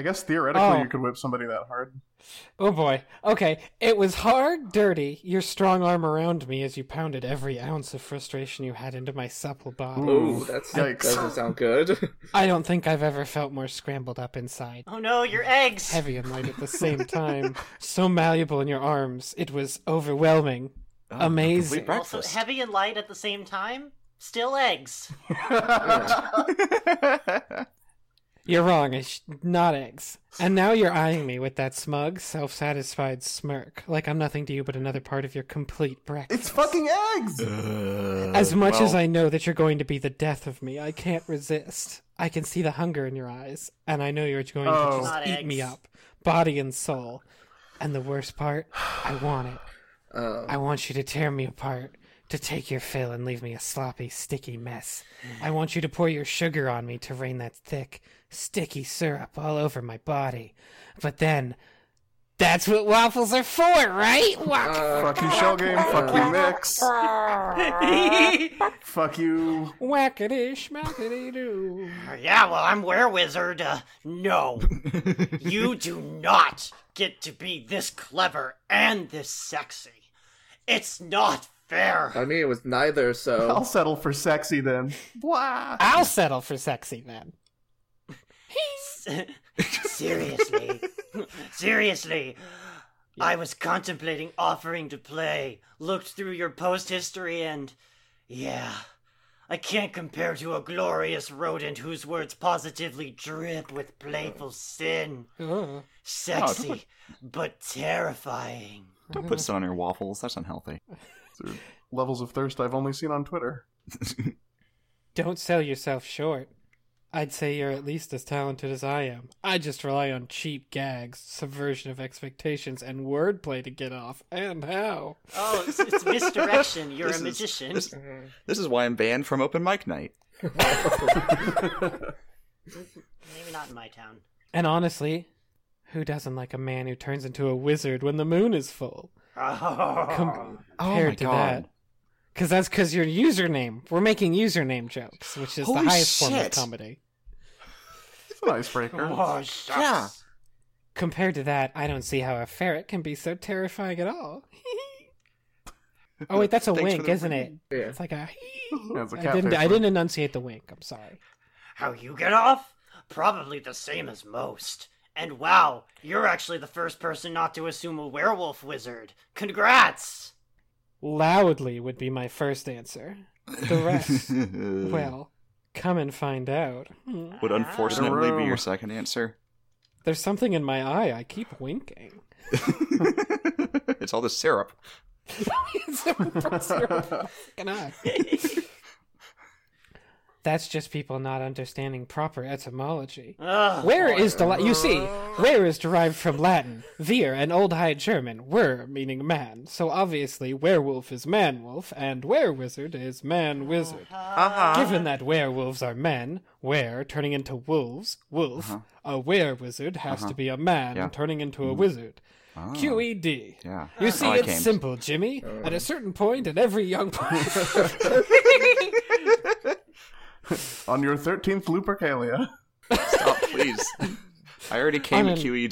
Speaker 5: I guess theoretically
Speaker 6: Oh.
Speaker 5: you could whip somebody that hard.
Speaker 6: Oh boy. Okay. It was hard, dirty, your strong arm around me as you pounded every ounce of frustration you had into my supple body.
Speaker 7: Oh, that's
Speaker 5: Yikes.
Speaker 7: doesn't sound good.
Speaker 6: I don't think I've ever felt more scrambled up inside.
Speaker 4: Oh no, your eggs.
Speaker 6: Heavy and light at the same time. so malleable in your arms. It was overwhelming.
Speaker 1: Oh,
Speaker 6: Amazing.
Speaker 1: complete
Speaker 4: Also
Speaker 1: breakfast.
Speaker 4: heavy and light at the same time. Still eggs.
Speaker 6: You're wrong. It's not eggs. And now you're eyeing me with that smug, self satisfied smirk, like I'm nothing to you but another part of your complete breakfast.
Speaker 5: it's fucking eggs.
Speaker 6: As much as
Speaker 1: well-
Speaker 6: I know that you're going to be the death of me, I can't resist. I can see the hunger in your eyes, and I know you're going
Speaker 5: Oh.
Speaker 6: to just
Speaker 4: Not
Speaker 6: eat
Speaker 4: eggs.
Speaker 6: me up. body and soul. And the worst part, I want it.
Speaker 7: Oh.
Speaker 6: I want you to tear me apart, to take your fill and leave me a sloppy, sticky mess. I want you to pour your sugar on me to rain that thick, sticky syrup all over my body. But then, that's what waffles are for, right? Wa-
Speaker 7: Uh,
Speaker 5: Fuck you, Shell Game. Fuck you, Mix. Fuck you.
Speaker 6: Whackity schmackity doo.
Speaker 4: yeah, well, I'm Were Wizard. Uh, no. you do not get to be this clever and this sexy. It's not fair.
Speaker 7: I mean, it was neither,
Speaker 5: I'll
Speaker 7: so.
Speaker 5: settle for sexy then. Blah.
Speaker 6: I'll settle for sexy then.
Speaker 4: Seriously. Seriously. I was contemplating offering to play, looked through your post history, and. Yeah. I can't compare to a glorious rodent whose words positively drip with playful sin.
Speaker 1: Uh.
Speaker 6: Ooh.
Speaker 4: Sexy, but terrifying.
Speaker 1: Don't put sun on your waffles. That's unhealthy.
Speaker 5: These are Levels of thirst I've only seen on Twitter.
Speaker 6: Don't sell yourself short. I'd say you're at least as talented as I am. I just rely on cheap gags, subversion of expectations, and wordplay to get off. And how?
Speaker 4: Oh, it's, it's misdirection. You're
Speaker 1: This
Speaker 4: a
Speaker 1: is-
Speaker 4: magician.
Speaker 1: this- This is why I'm banned from open mic night.
Speaker 4: Maybe not in my town.
Speaker 6: And honestly, who doesn't like a man who turns into a wizard when the moon is full? Com-
Speaker 1: Oh
Speaker 6: compared
Speaker 1: my
Speaker 6: to
Speaker 1: God.
Speaker 6: that. Because that's because your username. We're making username jokes, which is
Speaker 1: Holy
Speaker 6: the highest form of
Speaker 1: shit.
Speaker 6: comedy.
Speaker 5: It's an icebreaker.
Speaker 4: Oh, shucks.
Speaker 1: Yeah.
Speaker 6: Compared to that, I don't see how a ferret can be so terrifying at all. oh, wait, that's a
Speaker 1: Thanks for
Speaker 6: wink,
Speaker 1: the
Speaker 6: isn't
Speaker 1: wink.
Speaker 6: it?
Speaker 7: Yeah.
Speaker 6: It's like a.
Speaker 5: That's a
Speaker 6: I
Speaker 5: cat
Speaker 6: didn't. I
Speaker 5: face
Speaker 6: didn't enunciate the wink. I'm sorry.
Speaker 4: How you get off? Probably the same as most. And wow, you're actually the first person not to assume a werewolf wizard. Congrats!
Speaker 6: Loudly would be my first answer. The rest, well, come and find out. Hmm.
Speaker 4: Ah.
Speaker 1: would unfortunately be your second answer.
Speaker 6: There's something in my eye. I keep winking.
Speaker 1: it's all the syrup.
Speaker 6: It's a fucking eye. That's just people not understanding proper etymology.
Speaker 4: Ugh.
Speaker 6: Where is the you see? Where is derived from Latin, vir, an old High German, wer meaning man. So obviously, werewolf is man wolf, and were wizard is man wizard.
Speaker 1: Uh-huh.
Speaker 6: Given that werewolves are men, were turning into wolves, wolf, a were wizard has to be a man
Speaker 1: Uh-huh. Yeah. Mm-hmm. Ah.
Speaker 6: turning into a wizard. QED.
Speaker 1: Yeah.
Speaker 6: You see,
Speaker 1: Oh, I
Speaker 6: it's
Speaker 1: came.
Speaker 6: simple, Jimmy. At a certain point, in every young person,
Speaker 5: On your 13th Lupercalia.
Speaker 1: Stop, please. I already came
Speaker 6: I'm
Speaker 1: to E
Speaker 6: in-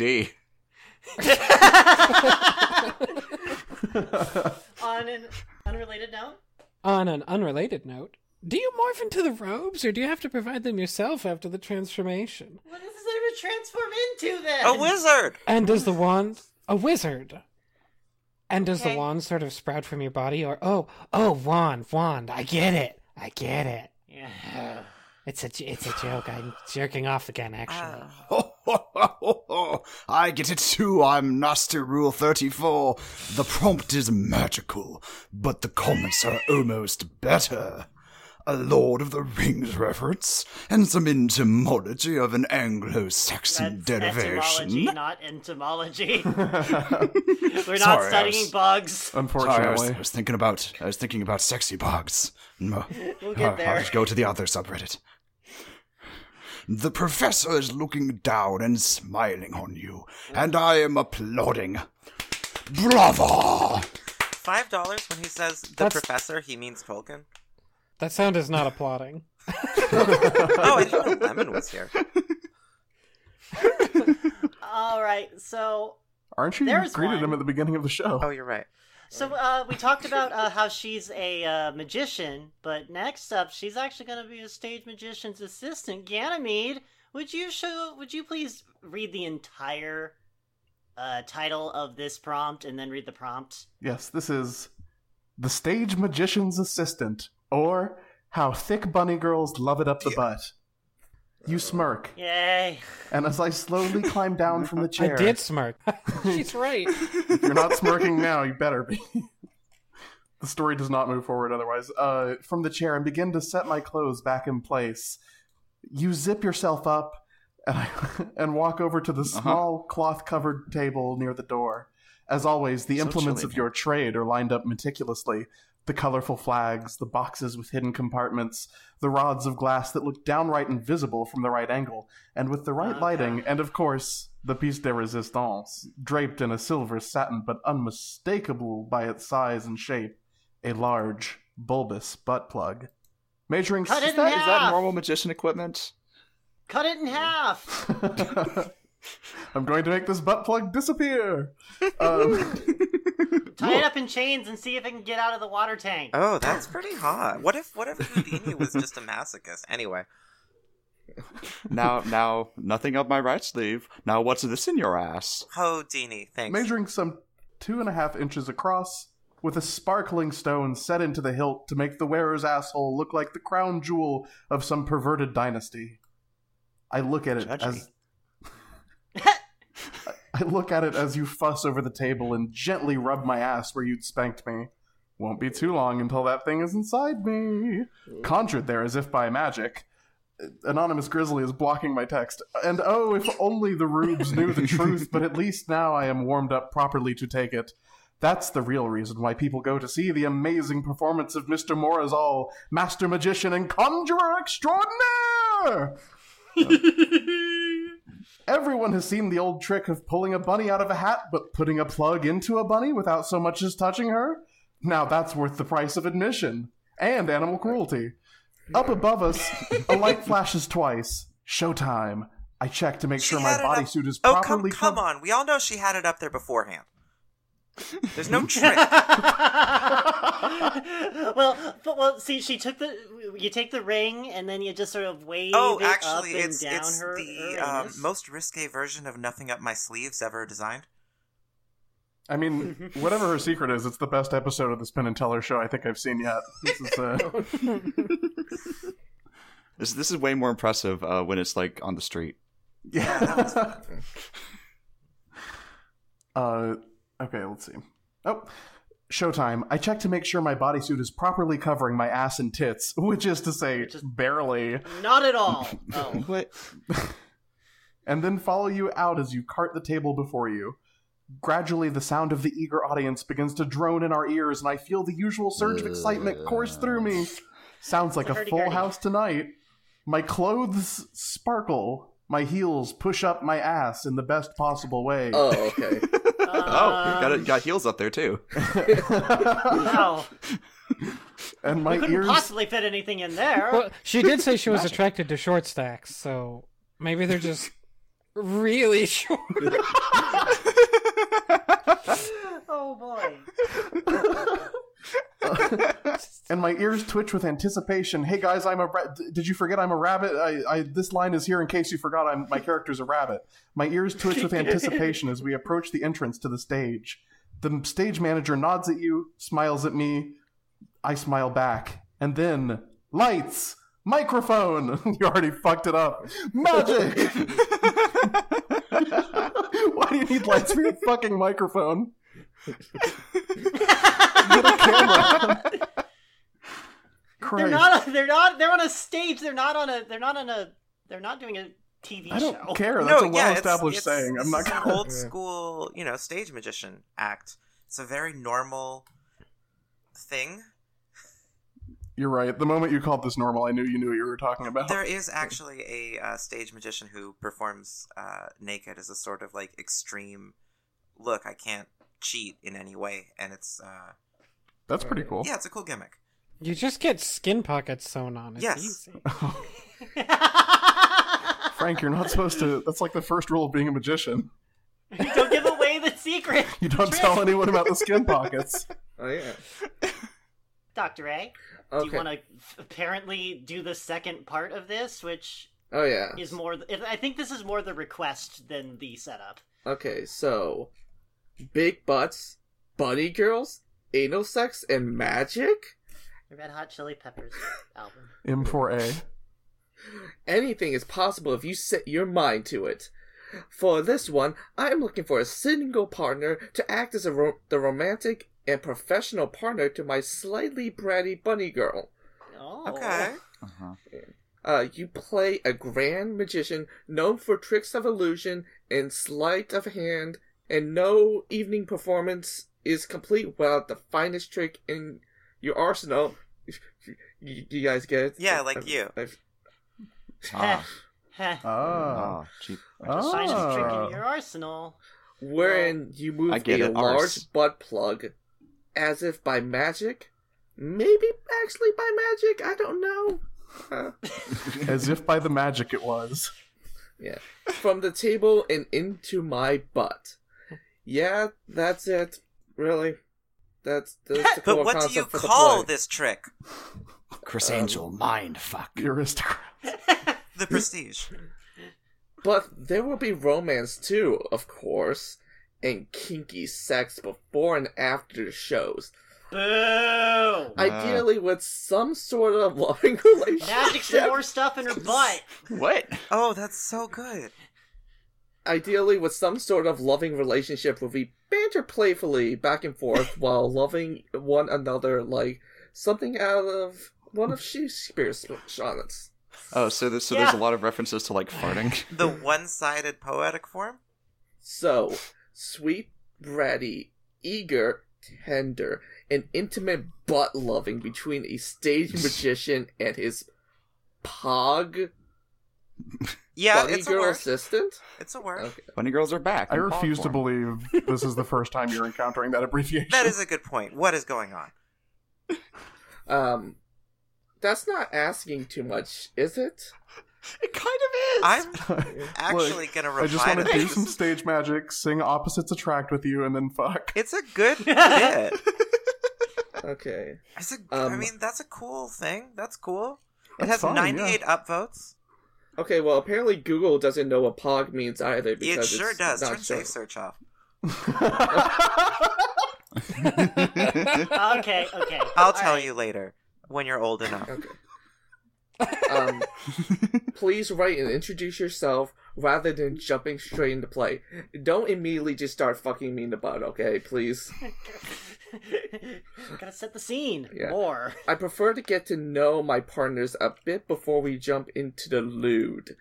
Speaker 1: QED.
Speaker 4: On an unrelated note,
Speaker 6: on an unrelated note, do you morph into the robes, or do you have to provide them yourself after the transformation?
Speaker 4: what is there to transform into then?
Speaker 2: A wizard!
Speaker 6: And does the wand a wizard? And does
Speaker 4: Okay.
Speaker 6: the wand sort of sprout from your body, or oh, oh, wand, wand? I get it, I get it.
Speaker 4: Yeah.
Speaker 6: It's a j- it's a joke. I'm jerking off again, actually.
Speaker 1: Ho, ho, ho, ho, ho. I get it too. I'm Master Rule 34. The prompt is magical, but the comments are almost better. A Lord of the Rings reference and some etymology of an Anglo Saxon
Speaker 4: That's
Speaker 1: derivation.
Speaker 4: etymology, not entomology. We're not
Speaker 1: Sorry, I
Speaker 4: studying
Speaker 1: was- Oh,
Speaker 4: bugs.
Speaker 1: Sorry, I was,
Speaker 5: Unfortunately.
Speaker 1: I was thinking about I was thinking about sexy bugs. No.
Speaker 4: We'll
Speaker 1: Uh,
Speaker 4: get
Speaker 1: I'll
Speaker 4: there.
Speaker 1: just go to the other subreddit. The professor is looking down and smiling on you, and I am applauding. Bravo!
Speaker 2: Five dollars when he says the
Speaker 6: That's-
Speaker 2: professor, he means Tolkien.
Speaker 6: That sound is not applauding.
Speaker 2: Oh, I didn't know Lemon was here.
Speaker 4: All right, so
Speaker 5: Aren't you? You
Speaker 4: There's
Speaker 5: greeted
Speaker 4: one.
Speaker 5: him at the beginning of the show.
Speaker 2: Oh, you're right.
Speaker 4: So uh, we talked about uh, how she's a uh, magician, but next up, she's actually going to be a stage magician's assistant, Ganymede. Would you show? Would you please read the entire uh, title of this prompt and then read the prompt?
Speaker 5: Yes, this is The Stage Magician's Assistant, or How Thick Bunny Girls Love It Up the Butt. You smirk,
Speaker 4: Yay!
Speaker 5: and as I slowly climb down from the
Speaker 6: I
Speaker 5: chair,
Speaker 6: did smirk. She's right.
Speaker 5: if you're not smirking now, you better be. the story does not move forward otherwise. Uh, from the chair and begin to set my clothes back in place. You zip yourself up and I and walk over to the
Speaker 1: Uh-huh.
Speaker 5: small cloth-covered table near the door. As always, the
Speaker 1: So
Speaker 5: implements
Speaker 1: chilly.
Speaker 5: of your trade are lined up meticulously. The colorful flags, the boxes with hidden compartments, the rods of glass that look downright invisible from the right angle, and with the right
Speaker 4: Okay.
Speaker 5: lighting, and of course, the piece de resistance, draped in a silver satin but unmistakable by its size and shape, a large, bulbous butt plug. Measuring
Speaker 4: Cut
Speaker 5: s-
Speaker 1: Is
Speaker 4: it
Speaker 1: that,
Speaker 4: in
Speaker 1: is
Speaker 4: half.
Speaker 1: that normal magician equipment?
Speaker 4: Cut it in half.
Speaker 5: I'm going to make this butt plug disappear. Um,
Speaker 4: Tie it up in chains and see if it can get out of the water tank.
Speaker 2: Oh, that's pretty hot. What if what if Houdini was just a masochist? Anyway,
Speaker 1: now, now, nothing up my right sleeve. Now, what's this in your ass?
Speaker 2: Houdini, thanks.
Speaker 5: measuring some two and a half inches across, with a sparkling stone set into the hilt to make the wearer's asshole look like the crown jewel of some perverted dynasty. I look at it
Speaker 1: Judgy.
Speaker 5: as. I look at it as you fuss over the table and gently rub my ass where you'd spanked me. Won't be too long until that thing is inside me. Conjured there as if by magic. Anonymous Grizzly is blocking my text. And oh, if only the rubes knew the truth, but at least now I am warmed up properly to take it. That's the real reason why people go to see the amazing performance of Mr. Morazal, master magician and conjurer extraordinaire! Everyone has seen the old trick of pulling a bunny out of a hat, but putting a plug into a bunny without so much as touching her? Now that's worth the price of admission and animal cruelty. Up above us, a light flashes twice. Showtime. I check to make
Speaker 2: She
Speaker 5: sure my
Speaker 2: had it up-
Speaker 5: bodysuit is
Speaker 2: Oh, come
Speaker 5: properly
Speaker 2: come
Speaker 5: cov-
Speaker 2: on. We all know she had it up there beforehand. There's no trick.
Speaker 4: well, but, well, see, she took the. You take the ring and then you just sort of wave
Speaker 2: Oh,
Speaker 4: it
Speaker 2: actually,
Speaker 4: up and
Speaker 2: it's
Speaker 4: down
Speaker 2: it's
Speaker 4: her.
Speaker 2: the
Speaker 4: her
Speaker 2: um,
Speaker 4: anus.
Speaker 2: most risque version of nothing up my sleeves ever designed.
Speaker 5: I mean, whatever her secret is, it's the best episode of the Spin and Teller show I think I've seen yet. This is, uh,
Speaker 1: This this is way more impressive uh, when it's like on the street.
Speaker 5: yeah. uh, okay, let's see. Oh, showtime. I check to make sure my bodysuit is properly covering my ass and tits, which is to say,
Speaker 4: Just-
Speaker 5: barely.
Speaker 4: Not at all. Oh.
Speaker 1: What?
Speaker 5: and then follow you out as you cart the table before you. Gradually, the sound of the eager audience begins to drone in our ears, and I feel the usual surge of excitement course through me. Sounds like
Speaker 4: It's a
Speaker 5: a full
Speaker 4: hurdy-gurdy.
Speaker 5: house tonight. My clothes sparkle, my heels push up my ass in the best possible way.
Speaker 7: Oh, okay.
Speaker 1: Oh,
Speaker 4: Um.
Speaker 1: got it, got heels up there too.
Speaker 4: Wow.
Speaker 5: and
Speaker 4: We
Speaker 5: my
Speaker 4: couldn't
Speaker 5: ears.
Speaker 4: possibly fit anything in there.
Speaker 6: Well, she did say she was attracted to short stacks, so maybe they're just really short.
Speaker 4: oh boy.
Speaker 5: and my ears twitch with anticipation. Hey guys, I'm a. Ra- d- Did you forget I'm a rabbit? I, I this line is here in case you forgot. I'm my character's a rabbit. My ears twitch with anticipation as we approach the entrance to the stage. The stage manager nods at you, smiles at me. I smile back, and then lights, microphone. you already fucked it up. Magic. Why do you need lights for your fucking microphone? Get a camera.
Speaker 4: They're
Speaker 5: Christ.
Speaker 4: not. They're not. They're on a stage. They're not on a. They're not on a. They're not doing a TV
Speaker 5: I
Speaker 4: show.
Speaker 5: don't care. That's a
Speaker 2: no, yeah, it's-
Speaker 5: well-established
Speaker 2: it's,
Speaker 5: saying. I'm
Speaker 2: this
Speaker 5: not
Speaker 2: is an
Speaker 5: gonna.
Speaker 2: old school, you know, stage magician act. It's a very normal thing.
Speaker 5: You're right. The moment you called this normal, I knew you knew what you were talking about.
Speaker 2: There is actually a uh, stage magician who performs uh, naked as a sort of like extreme look. I can't cheat in any way, and it's uh,
Speaker 5: That's pretty cool.
Speaker 2: yeah, it's a cool gimmick.
Speaker 6: You just get skin pockets sewn on. It's
Speaker 2: Yes.
Speaker 6: easy.
Speaker 5: Frank, you're not supposed to. That's like the first rule of being a magician.
Speaker 4: don't give away the secret,
Speaker 5: You don't tell anyone about the skin pockets.
Speaker 7: Oh yeah.
Speaker 4: Doctor A. Do you
Speaker 7: Okay.
Speaker 4: want to apparently do the second part of this, which
Speaker 7: Oh yeah.
Speaker 4: is more? th- I think this is more the request than the setup.
Speaker 7: Okay, so big butts, bunny girls, anal sex, and magic.
Speaker 4: Red Hot Chili Peppers album.
Speaker 5: M4A.
Speaker 7: Anything is possible if you set your mind to it. For this one, I am looking for a single partner to act as a ro- the romantic and professional partner to my slightly bratty bunny girl.
Speaker 4: Oh.
Speaker 2: Okay,
Speaker 1: Uh-huh.
Speaker 7: Uh, you play a grand magician known for tricks of illusion and sleight of hand, and no evening performance is complete without the finest trick in your arsenal. You, you guys get it?
Speaker 2: Yeah, like you.
Speaker 7: I've-
Speaker 1: Ah,
Speaker 4: Heh.
Speaker 5: Ah.
Speaker 1: ah, cheap.
Speaker 5: Ah.
Speaker 1: Oh.
Speaker 4: Finest trick
Speaker 5: Ah.
Speaker 4: in your arsenal.
Speaker 7: wherein you move
Speaker 1: I get
Speaker 7: a
Speaker 1: it,
Speaker 7: large
Speaker 1: arse.
Speaker 7: butt plug as if by magic. Maybe actually by magic, I don't know. Uh,
Speaker 5: As if by the magic it was.
Speaker 7: yeah. From the table and into my butt. Yeah, that's it. Really. That's, that's the core
Speaker 2: But what do
Speaker 7: concept
Speaker 2: you
Speaker 7: for the
Speaker 2: call
Speaker 7: play.
Speaker 2: this trick?
Speaker 1: Chris Angel, mind fuck.
Speaker 5: The aristocrat.
Speaker 2: The prestige.
Speaker 7: But there will be romance too, of course, and kinky sex before and after shows.
Speaker 4: Boo!
Speaker 1: Ah.
Speaker 7: Ideally, with some sort of loving relationship.
Speaker 4: Magic some more stuff in her butt.
Speaker 1: What?
Speaker 2: Oh, that's so good.
Speaker 7: ideally with some sort of loving relationship where we banter playfully back and forth while loving one another like something out of one of Shakespeare's sonnets.
Speaker 1: Oh, so there's, so
Speaker 4: Yeah.
Speaker 1: there's a lot of references to like farting.
Speaker 2: The one-sided poetic form.
Speaker 7: So, sweet, bratty, eager, tender, and intimate butt loving between a stage magician and his pog
Speaker 2: Yeah,
Speaker 7: bunny
Speaker 2: it's a
Speaker 7: girl
Speaker 2: word.
Speaker 7: assistant.
Speaker 2: It's a word.
Speaker 7: Okay.
Speaker 1: Bunny girls are back.
Speaker 5: I
Speaker 1: in
Speaker 5: refuse to
Speaker 1: popcorn.
Speaker 5: believe this is the first time you're encountering that abbreviation.
Speaker 2: That is a good point. What is going on?
Speaker 7: Um, that's not asking too much, is it?
Speaker 1: It kind
Speaker 2: I'm actually gonna reply
Speaker 5: I just want
Speaker 2: to
Speaker 5: to do
Speaker 2: this.
Speaker 5: some stage magic, sing opposites attract with you, and then fuck.
Speaker 2: It's a good bit.
Speaker 7: Okay.
Speaker 2: It's a, I
Speaker 7: Um,
Speaker 2: mean, that's a cool thing. That's cool. it
Speaker 5: That's
Speaker 2: has
Speaker 5: fine,
Speaker 2: 98 upvotes.
Speaker 7: Okay, well, apparently Google doesn't know what POG means either.
Speaker 2: It
Speaker 7: Because
Speaker 2: sure
Speaker 7: it's
Speaker 2: does.
Speaker 7: Not
Speaker 2: Turn
Speaker 7: showing-
Speaker 2: safe search off.
Speaker 4: Okay, okay.
Speaker 2: I'll tell you later when you're old enough.
Speaker 7: Um, please write and introduce yourself rather than jumping straight into play. Don't immediately just start fucking me in the butt, okay? Please.
Speaker 4: Gotta set the scene.
Speaker 7: Yeah.
Speaker 4: More.
Speaker 7: I prefer to get to know my partners a bit before we jump into the lewd.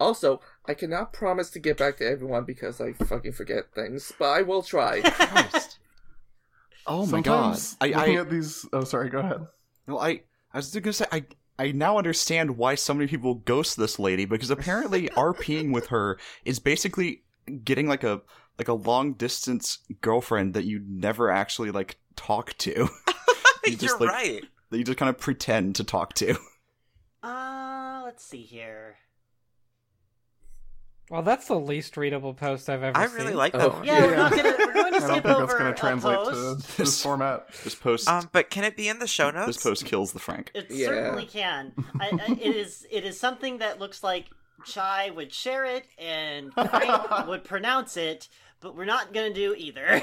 Speaker 7: Also, I cannot promise to get back to everyone because I fucking forget things, but I will try.
Speaker 1: oh my god!
Speaker 5: Sometimes
Speaker 1: I, I,
Speaker 5: looking at these. Oh, sorry. Go ahead.
Speaker 1: well, I, I was just gonna say, I, I now understand why so many people ghost this lady because apparently RPing with her is basically getting like a like a long distance girlfriend that you never actually like talk to.
Speaker 2: you
Speaker 1: You
Speaker 2: are
Speaker 1: just, like-
Speaker 2: right.
Speaker 1: that you just kind of pretend to talk to.
Speaker 4: Uh, let's see here.
Speaker 6: Well, that's the least readable post I've ever
Speaker 2: I
Speaker 6: seen.
Speaker 2: really like
Speaker 7: Oh.
Speaker 2: that one.
Speaker 4: Yeah, we're not gonna. We're going to
Speaker 5: I don't think
Speaker 4: skip
Speaker 5: that's
Speaker 4: over
Speaker 5: going to
Speaker 4: a
Speaker 5: translate to
Speaker 4: post.
Speaker 5: this format.
Speaker 1: This post,
Speaker 2: Um, but can it be in the show
Speaker 1: this
Speaker 2: notes?
Speaker 1: post kills the Frank.
Speaker 4: It
Speaker 7: Yeah.
Speaker 4: certainly can. I, I, it is. It is something that looks like Chai would share it and Frank would pronounce it, but we're not gonna do either.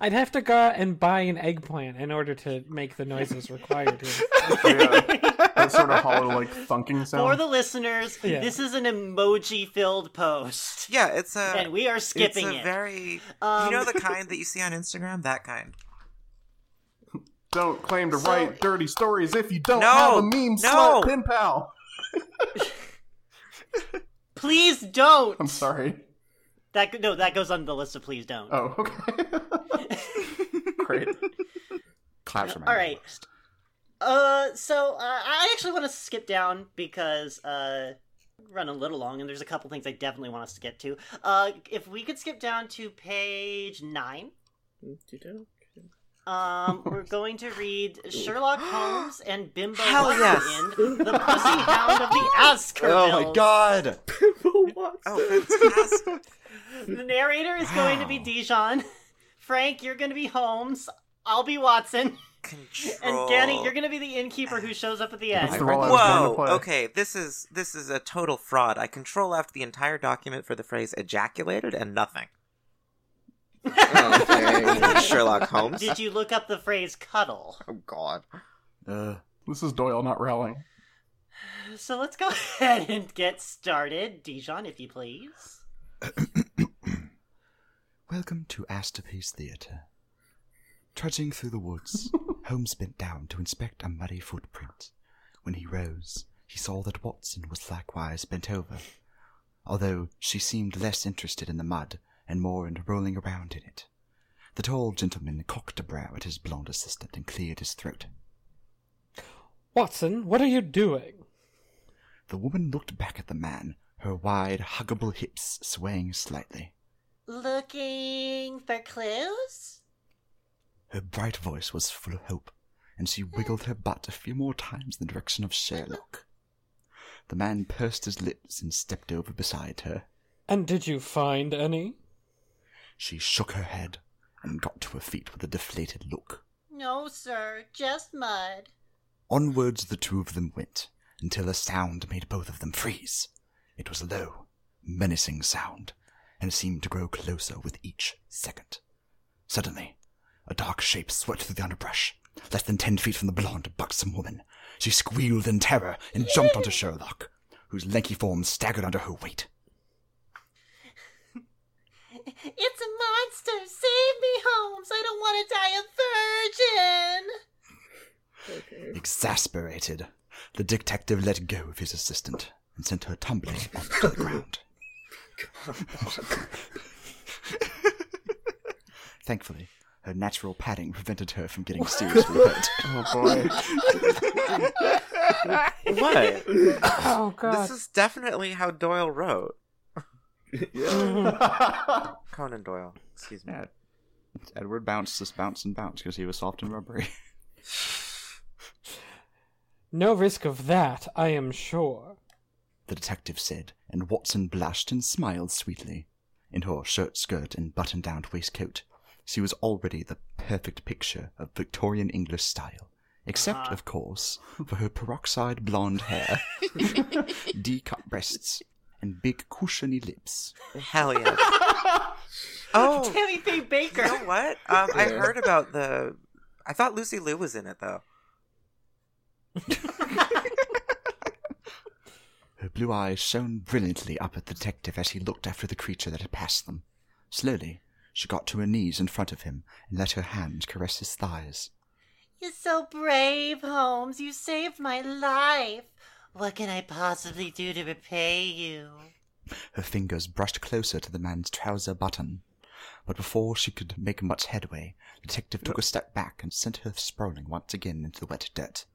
Speaker 6: I'd have to go out and buy an eggplant in order to make the noises required here.
Speaker 5: Oh, Yeah. that sort of hollow, like thunking sound.
Speaker 4: For the listeners,
Speaker 6: Yeah.
Speaker 4: this is an emoji-filled post,
Speaker 2: Yeah, it's a.
Speaker 4: and we are skipping
Speaker 2: it's a
Speaker 4: it.
Speaker 2: very.
Speaker 4: Um,
Speaker 2: you know the kind that you see on Instagram? That kind.
Speaker 5: Don't claim to
Speaker 4: So-
Speaker 5: write dirty stories if you don't
Speaker 2: No!
Speaker 5: have a meme
Speaker 2: No!
Speaker 5: slut pen pal.
Speaker 4: Please don't.
Speaker 5: I'm sorry.
Speaker 4: That go- no, that goes on the list of please don't.
Speaker 5: Oh, okay. Great.
Speaker 1: Claps are my
Speaker 4: All
Speaker 1: name.
Speaker 4: right. Uh, so uh, I actually want to skip down because uh, run a little long, and there's a couple things I definitely want us to get to. Uh, if we could skip down to page nine, um, we're going to read Sherlock Holmes and Bimbo
Speaker 2: Hell
Speaker 4: Watson
Speaker 2: yes.
Speaker 4: in The Pussy Hound of the Baskervilles.
Speaker 1: Oh my god!
Speaker 7: What?
Speaker 2: Oh, fantastic.
Speaker 4: The narrator is going to be
Speaker 1: Wow.
Speaker 4: Dijon. Frank, you're going to be Holmes. I'll be Watson,
Speaker 2: Control.
Speaker 4: and
Speaker 2: Oh.
Speaker 4: Danny, you're going to be the innkeeper who shows up at the
Speaker 5: That's
Speaker 4: end.
Speaker 5: the role I was born to
Speaker 2: Whoa.
Speaker 5: play.
Speaker 2: Okay, this is this is a total fraud. I control left the entire document for the phrase ejaculated and nothing.
Speaker 7: Oh, dang.
Speaker 2: Sherlock Holmes.
Speaker 4: Did you look up the phrase cuddle?
Speaker 2: Oh God.
Speaker 1: Uh,
Speaker 5: This is Doyle, not Rowling.
Speaker 4: So let's go ahead and get started. Dijon, if you please.
Speaker 1: Welcome to Astorpiece Theatre. Trudging through the woods, Holmes bent down to inspect a muddy footprint. When he rose, He saw that Watson was likewise bent over, although she seemed less interested in the mud and more in rolling around in it. The tall gentleman cocked a brow at his blonde assistant and cleared his throat.
Speaker 6: Watson, what are you doing?
Speaker 1: The woman looked back at the man, her wide, huggable hips swaying slightly.
Speaker 4: Looking for clues?
Speaker 1: Her bright voice was full of hope, and she wiggled her butt a few more times in the direction of Sherlock. The man pursed his lips and stepped over beside her.
Speaker 6: And did you find any?
Speaker 1: She shook her head and got to her feet with a deflated look.
Speaker 4: No, sir, just mud.
Speaker 1: Onwards the two of them went, until a sound made both of them freeze. It was a low, menacing sound, and seemed to grow closer with each second. Suddenly, a dark shape swept through the underbrush. Less than ten feet from the blonde, buxom woman. She squealed in terror and jumped onto Sherlock, whose lanky form staggered under her weight.
Speaker 4: It's a monster! Save me, Holmes! I don't want to die a virgin!
Speaker 7: Okay.
Speaker 1: Exasperated, the detective let go of his assistant and sent her tumbling onto the ground. Thankfully, her natural padding prevented her from getting seriously hurt.
Speaker 5: Oh boy.
Speaker 2: What?
Speaker 6: Oh god.
Speaker 2: This is definitely how Doyle wrote. Conan Doyle. Excuse me.
Speaker 1: Yeah. Edward bounced, just bounced and bounced because he was soft and rubbery.
Speaker 6: No risk of that, I am sure.
Speaker 1: the detective said, and Watson blushed and smiled sweetly. In her shirt skirt and button down waistcoat, she was already the perfect picture of Victorian English style, except, of course, for her peroxide blonde hair, D cup breasts, and big cushiony lips.
Speaker 2: Hell yeah. oh,
Speaker 4: Tammy Faye Baker!
Speaker 2: you know what? Um, I
Speaker 7: Yeah.
Speaker 2: heard about the. I thought Lucy Liu was in it though.
Speaker 1: Her blue eyes shone brilliantly up at the detective as he looked after the creature that had passed them. Slowly, she got to her knees in front of him and let her hand caress his thighs.
Speaker 4: You're so brave, Holmes. You saved my life. What can I possibly do to repay you?
Speaker 1: Her fingers brushed closer to the man's trouser button. But before she could make much headway, the detective took a step back and sent her sprawling once again into the wet dirt.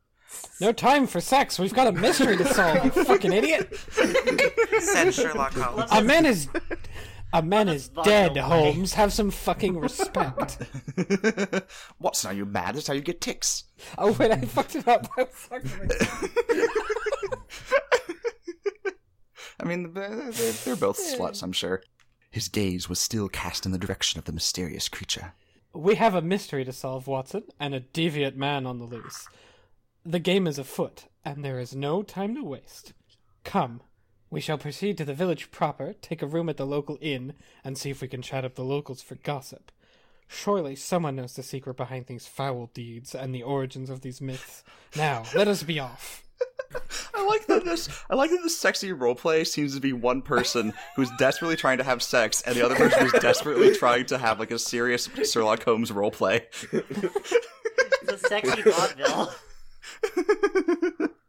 Speaker 6: No time for sex. We've got a mystery to solve, you fucking idiot.
Speaker 2: Said Sherlock Holmes.
Speaker 6: A man is a man is dead,
Speaker 4: Vile
Speaker 6: Holmes. Have some fucking respect.
Speaker 1: Watson, are you mad? That's how you get ticks.
Speaker 6: oh wait, I fucked it up. I fucked it up.
Speaker 1: I mean, they're, they're they're both sluts, I'm sure. His gaze was still cast in the direction of the mysterious creature.
Speaker 6: we have a mystery to solve, Watson, and a deviant man on the loose. The game is afoot, and there is no time to waste. Come, we shall proceed to the village proper, take a room at the local inn, and see if we can chat up the locals for gossip. Surely someone knows the secret behind these foul deeds and the origins of these myths. Now, let us be off.
Speaker 1: I like that this. I like that this sexy roleplay seems to be one person who's desperately trying to have sex, and the other person who's desperately trying to have like a serious Sherlock Holmes roleplay.
Speaker 4: It's a sexy vaudeville.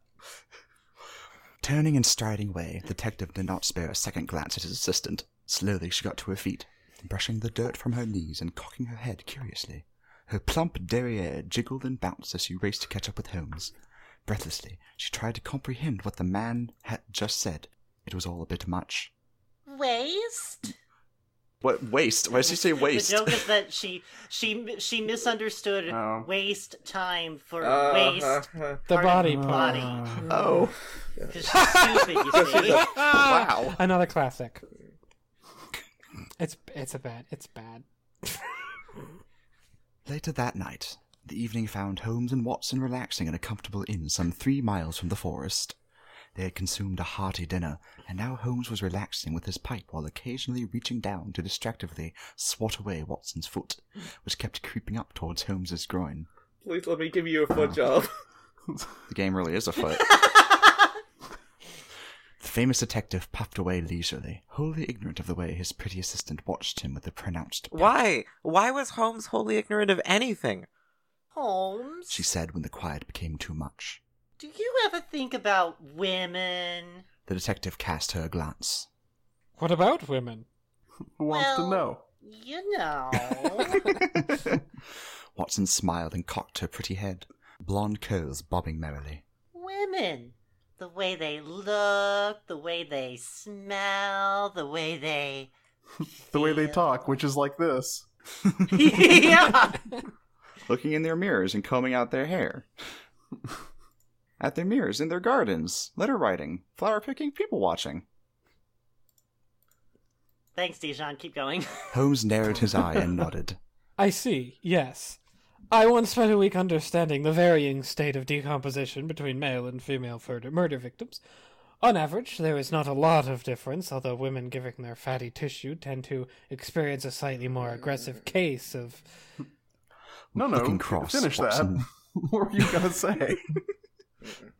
Speaker 1: Turning and striding away, the detective did not spare a second glance at his assistant. Slowly she got to her feet, brushing the dirt from her knees and cocking her head curiously. Her plump derriere jiggled and bounced as she raced to catch up with Holmes. Breathlessly, she tried to comprehend what the man had just said. It was all a bit much.
Speaker 4: Waste?
Speaker 1: What waste? Why did she say waste?
Speaker 4: The joke is that she she she misunderstood
Speaker 5: Oh.
Speaker 4: waste time for
Speaker 7: Uh,
Speaker 4: waste
Speaker 7: uh,
Speaker 6: The body
Speaker 4: of
Speaker 6: part.
Speaker 4: body.
Speaker 1: Oh,
Speaker 4: 'Cause she's stupid, you see.
Speaker 1: wow.
Speaker 6: Another classic. It's it's a bad it's bad.
Speaker 1: Later that night, the evening found Holmes and Watson relaxing in a comfortable inn some three miles from the forest. They had consumed a hearty dinner, and now Holmes was relaxing with his pipe while occasionally reaching down to distractively swat away Watson's foot, which kept creeping up towards Holmes's groin.
Speaker 7: please let me give you a foot job.
Speaker 1: The game really is afoot. the famous detective puffed away leisurely, wholly ignorant of the way his pretty assistant watched him with a pronounced
Speaker 2: Why? Why was Holmes wholly ignorant of anything?
Speaker 4: Holmes.
Speaker 1: she said when the quiet became too much.
Speaker 4: Do you ever think about women?
Speaker 1: The detective cast her a glance.
Speaker 6: What about women?
Speaker 5: Who wants
Speaker 4: Well-
Speaker 5: to know?
Speaker 4: You know.
Speaker 1: Oh. Watson smiled and cocked her pretty head, blonde curls bobbing merrily.
Speaker 4: women. The way they look, the way they smell, the way they.
Speaker 5: The way they
Speaker 4: feel.
Speaker 5: talk, which is like this.
Speaker 4: yeah!
Speaker 1: Looking in their mirrors and combing out their hair. At their mirrors, in their gardens, letter writing, flower picking, people watching.
Speaker 4: Thanks, Dijon. Keep going.
Speaker 1: Holmes narrowed his eye and nodded.
Speaker 6: I see, yes. I once spent a week understanding the varying state of decomposition between male and female murder, murder victims. On average, there is not a lot of difference, although women giving their fatty tissue tend to experience a slightly more aggressive case of.
Speaker 5: No, no.
Speaker 1: Looking cross,
Speaker 5: finish
Speaker 1: Watson.
Speaker 5: that. what were you gonna say?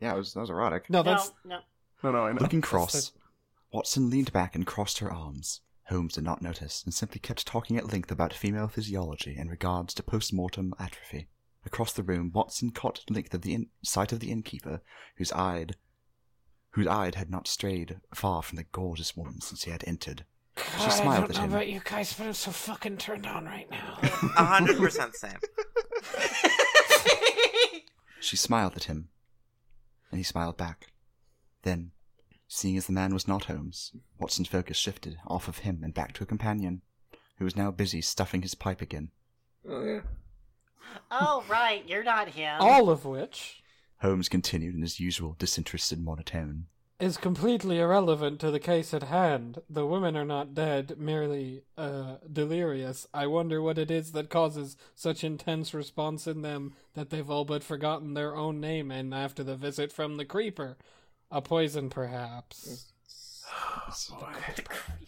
Speaker 1: Yeah, it was, that was erotic.
Speaker 6: No,
Speaker 4: no,
Speaker 6: that's.
Speaker 4: no.
Speaker 5: no, no, I know.
Speaker 1: Looking cross, Watson leaned back and crossed her arms. Holmes did not notice and simply kept talking at length about female physiology in regards to post-mortem atrophy. Across the room, Watson caught at length of the in- sight of the innkeeper, whose eyed, whose eyed had not strayed far from the gorgeous woman since he had entered. She smiled at him.
Speaker 6: you guys, but I'm so fucking turned on right now.
Speaker 2: A hundred percent, Sam.
Speaker 1: She smiled at him, and he smiled back. Then, seeing as the man was not Holmes, Watson's focus shifted off of him and back to a companion, who was now busy stuffing his pipe again.
Speaker 7: Oh, yeah.
Speaker 4: oh, right. You're not him.
Speaker 6: All of which
Speaker 1: Holmes continued in his usual disinterested monotone.
Speaker 6: is completely irrelevant to the case at hand. The women are not dead, merely uh, delirious. I wonder what it is that causes such intense response in them that they've all but forgotten their own name and after the visit from the creeper. A poison, perhaps.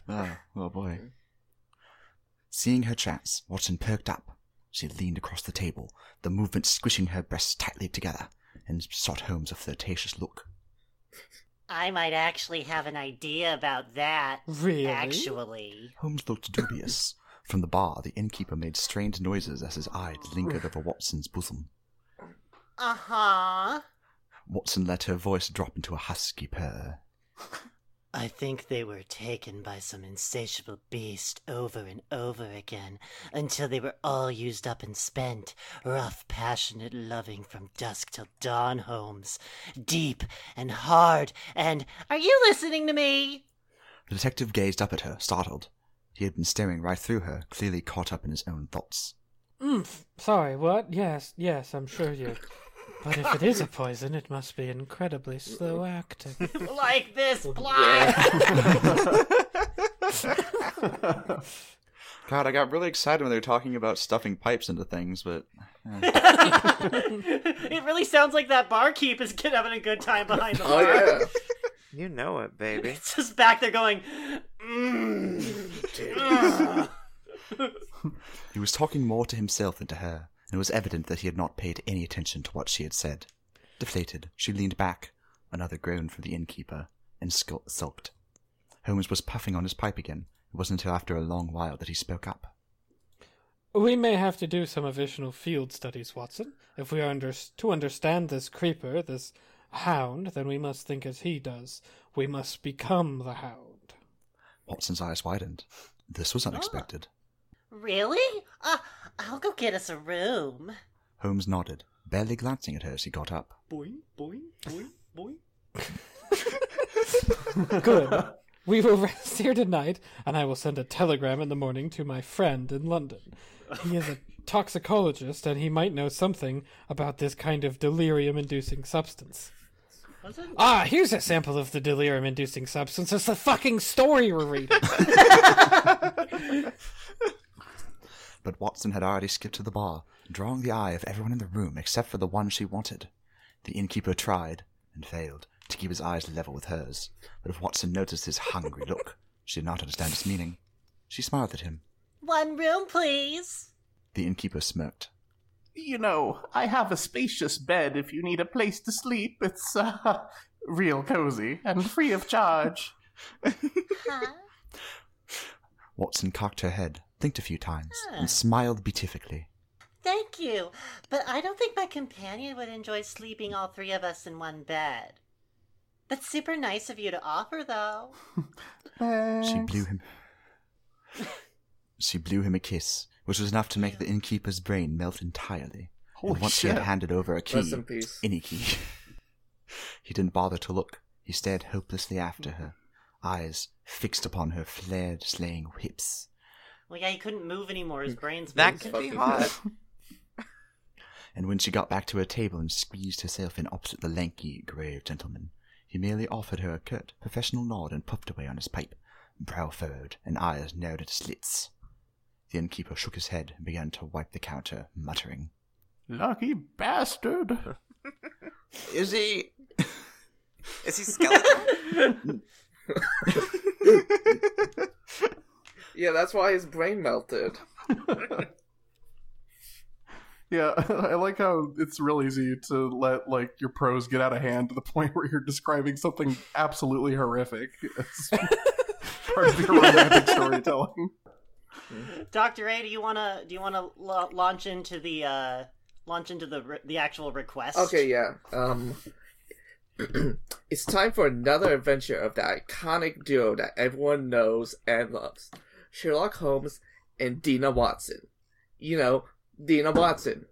Speaker 1: Oh, oh boy. Seeing her chance, Watson perked up. She leaned across the table, the movement squishing her breasts tightly together, and sought Holmes a flirtatious look.
Speaker 4: I might actually have an idea about that.
Speaker 6: Really?
Speaker 4: Actually.
Speaker 1: Holmes looked dubious. From the bar, the innkeeper made strained noises as his eye lingered over Watson's bosom.
Speaker 4: Uh huh.
Speaker 1: Watson let her voice drop into a husky purr.
Speaker 4: I think they were taken by some insatiable beast over and over again until they were all used up and spent. Rough, passionate loving from dusk till dawn, Holmes. Deep and hard and. Are you listening to me?
Speaker 1: The detective gazed up at her, startled. He had been staring right through her, clearly caught up in his own thoughts.
Speaker 6: Oomph. Sorry, what? Yes, yes, I'm sure you. But if it is a poison, it must be incredibly slow acting.
Speaker 4: like this,
Speaker 7: Oh,
Speaker 4: blind!
Speaker 1: God, I got really excited when they were talking about stuffing pipes into things, but
Speaker 4: it really sounds like that barkeep is kid having a good time behind the
Speaker 7: Oh,
Speaker 4: bar.
Speaker 7: yeah.
Speaker 2: You know it, baby.
Speaker 4: It's just back there going, "Mm." mmm. ugh."
Speaker 1: he was talking more to himself than to her, and it was evident that he had not paid any attention to what she had said. Deflated, she leaned back, another groan from the innkeeper, and skul- sulked. Holmes was puffing on his pipe again. It wasn't until after a long while that he spoke up.
Speaker 6: We may have to do some additional field studies, Watson. If we are under- to understand this creeper, this hound, then we must think as he does. We must become the hound.
Speaker 1: Watson's eyes widened. This was unexpected.
Speaker 4: really? Uh, I'll go get us a room.
Speaker 1: Holmes nodded, barely glancing at her as he got up.
Speaker 4: Boing, boing, boing, boing.
Speaker 6: Good. we will rest here tonight, and I will send a telegram in the morning to my friend in London. He is a toxicologist, and he might know something about this kind of delirium inducing substance. Ah, here's a sample of the delirium inducing substance. It's the fucking story we're reading.
Speaker 1: But Watson had already skipped to the bar, drawing the eye of everyone in the room except for the one she wanted. The innkeeper tried, and failed, to keep his eyes level with hers. But if Watson noticed his hungry look, she did not understand its meaning. She smiled at him.
Speaker 4: One room, please.
Speaker 1: The innkeeper smirked.
Speaker 5: you know, I have a spacious bed if you need a place to sleep. It's uh, real cozy and free of charge.
Speaker 4: Huh? Ah.
Speaker 1: Watson cocked her head, blinked a few times, and smiled beatifically.
Speaker 4: Thank you. But I don't think my companion would enjoy sleeping all three of us in one bed. That's super nice of you to offer, though.
Speaker 1: She
Speaker 5: Thanks.
Speaker 1: blew him. she blew him a kiss, which was enough to make the innkeeper's brain melt entirely.
Speaker 5: Holy
Speaker 1: and once
Speaker 5: shit.
Speaker 1: he had handed over a key,
Speaker 7: Rest in peace.
Speaker 1: any key, he didn't bother to look. He stared hopelessly after her, eyes fixed upon her flared, slaying whips.
Speaker 4: Well, yeah, he couldn't move anymore. His brain's
Speaker 2: That
Speaker 4: moved.
Speaker 2: can be
Speaker 7: fucking
Speaker 2: hot.
Speaker 1: And when she got back to her table and squeezed herself in opposite the lanky, grave gentleman, he merely offered her a curt, professional nod and puffed away on his pipe, brow furrowed and eyes narrowed at slits. The innkeeper shook his head and began to wipe the counter, muttering,
Speaker 5: Lucky bastard.
Speaker 1: Is he?
Speaker 2: Is he skeleton?
Speaker 7: Yeah, that's why his brain melted.
Speaker 5: Yeah, I like how it's real easy to let like your prose get out of hand to the point where you're describing something absolutely horrific. It's part of your romantic storytelling.
Speaker 4: Doctor A, do you wanna do you wanna la- launch into the uh, launch into the re- the actual request?
Speaker 7: Okay, yeah. Um, it's time for another adventure of the iconic duo that everyone knows and loves: Sherlock Holmes and Dina Watson. You know, Dina Watson.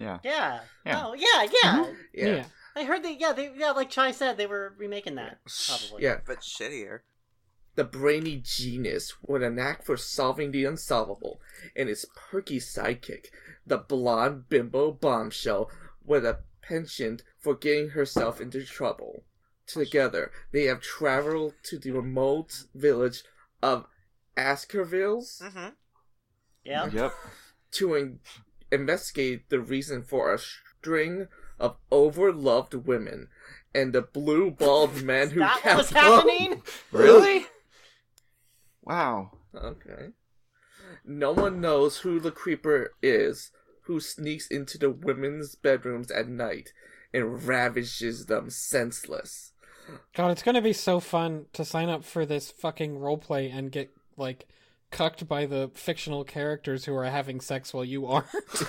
Speaker 1: Yeah.
Speaker 4: Yeah.
Speaker 1: Yeah.
Speaker 4: Oh yeah, yeah.
Speaker 7: Yeah, yeah.
Speaker 6: yeah.
Speaker 4: I heard they yeah they yeah like Chai said they were remaking that probably.
Speaker 2: but shittier.
Speaker 7: The brainy genius with a knack for solving the unsolvable, and his perky sidekick, the blonde bimbo bombshell with a penchant for getting herself into trouble. Together, they have traveled to the remote village of Askervilles
Speaker 2: Mm-hmm.
Speaker 4: Yep.
Speaker 1: Yep.
Speaker 7: to in- investigate the reason for a string of overloved women and the blue bald man who
Speaker 4: That was
Speaker 7: kept up.
Speaker 4: happening.
Speaker 1: Really? wow.
Speaker 7: Okay. No one knows who the creeper is who sneaks into the women's bedrooms at night and ravages them senseless.
Speaker 6: God, it's gonna be so fun to sign up for this fucking roleplay and get like cucked by the fictional characters who are having sex while you are.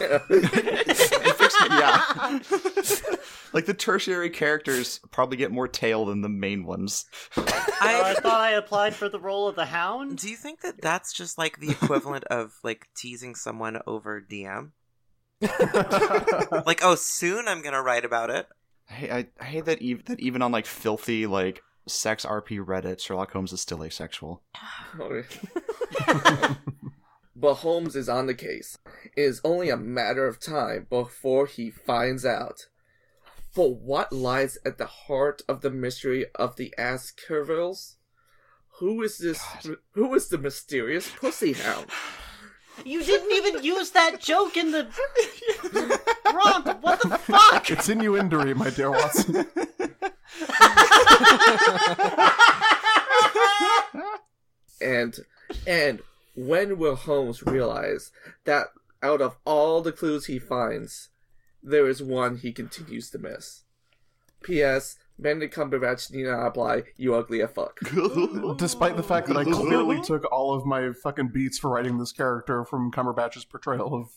Speaker 1: yeah. like the tertiary characters probably get more tail than the main ones.
Speaker 4: Uh, I
Speaker 2: I,
Speaker 4: thought I applied for the role of the Hound.
Speaker 2: do you think that that's just like the equivalent of like teasing someone over DM? Like, oh, soon I'm gonna write about it.
Speaker 1: I, I, I hate that, ev- that even on like filthy like sex RP Reddit, Sherlock Holmes is still asexual.
Speaker 7: but Holmes is on the case. It is only a matter of time before he finds out. But what lies at the heart of the mystery of the Askervilles? Who is this? Who is the mysterious pussy hound?
Speaker 4: You didn't even use that joke in the prompt. What the fuck?
Speaker 5: it's innuendory, my dear Watson.
Speaker 7: And and when will Holmes realize that out of all the clues he finds, there is one he continues to miss? P.S. Benedict Cumberbatch, Nina Apply, you ugly as fuck.
Speaker 5: Despite the fact that I clearly took all of my fucking beats for writing this character from Cumberbatch's portrayal of.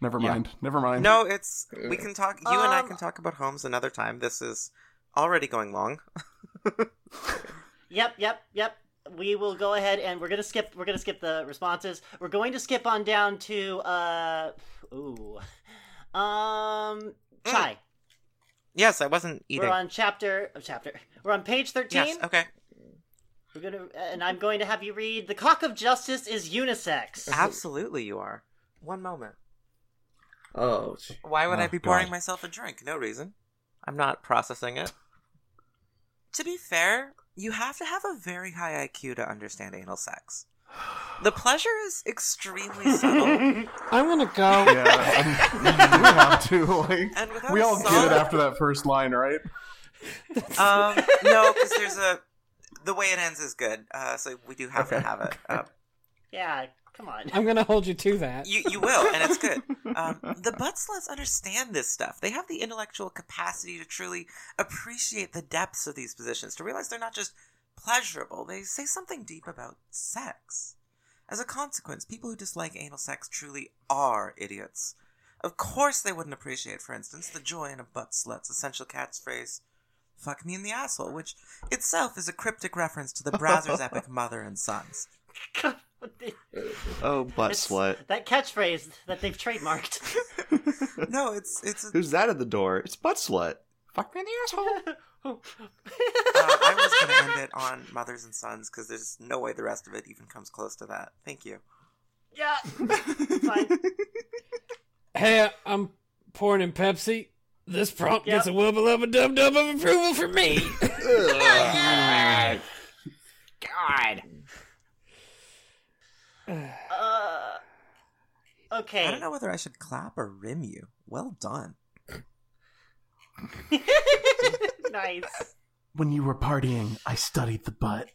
Speaker 5: Never
Speaker 1: Yeah.
Speaker 5: mind. Never mind.
Speaker 2: No, it's we can talk. You and I
Speaker 4: Um,
Speaker 2: can talk about Holmes another time. This is already going long.
Speaker 4: Yep, yep, yep. We will go ahead and we're gonna skip. We're gonna skip the responses. We're going to skip on down to uh, ooh,
Speaker 2: Mm,
Speaker 4: um, Chai.
Speaker 2: Yes, I wasn't eating.
Speaker 4: We're on chapter oh, chapter. We're on page thirteen.
Speaker 2: yes, okay,
Speaker 4: We're gonna uh, and I'm going to have you read. The cock of justice is unisex.
Speaker 2: absolutely, you are. One moment.
Speaker 7: Oh, gee.
Speaker 2: Why would I
Speaker 1: Oh,
Speaker 2: be pouring
Speaker 1: God.
Speaker 2: myself a drink? No reason. I'm not processing it. To be fair, you have to have a very high IQ to understand anal sex. The pleasure is extremely subtle,
Speaker 6: I'm gonna go.
Speaker 5: Yeah. um, we have to. Like,
Speaker 2: and without
Speaker 5: we
Speaker 2: a
Speaker 5: all get
Speaker 2: solid-
Speaker 5: it after that first line, right?
Speaker 2: Um, no, because there's a the way it ends is good, uh, so we do have to have it. Uh,
Speaker 4: Yeah, come on.
Speaker 6: I'm gonna hold you to that.
Speaker 2: you you will, and it's good. Um, the butt sluts understand this stuff. They have the intellectual capacity to truly appreciate the depths of these positions, to realize they're not just pleasurable. They say something deep about sex. As a consequence, people who dislike anal sex truly are idiots. Of course, they wouldn't appreciate, for instance, the joy in a butt slut's essential catchphrase, fuck me in the asshole, which itself is a cryptic reference to the browser's epic Mother and Sons.
Speaker 1: Oh, butt
Speaker 4: It's-
Speaker 1: slut.
Speaker 4: That catchphrase that they've trademarked.
Speaker 2: No, it's, it's a
Speaker 1: Who's that at the door? It's butt slut. Fuck me in the asshole.
Speaker 2: uh, I was going to end it on Mothers and Sons because there's no way the rest of it even comes close to that. Thank you.
Speaker 4: yeah. Fine.
Speaker 6: Hey, I'm pouring in Pepsi. This prompt
Speaker 4: Yep.
Speaker 6: gets a wubble lubba dub dub of approval from me.
Speaker 1: God.
Speaker 4: Uh,
Speaker 2: I
Speaker 4: okay.
Speaker 2: don't know whether I should clap or rim you. Well done.
Speaker 4: nice.
Speaker 5: When you were partying, I studied the butt.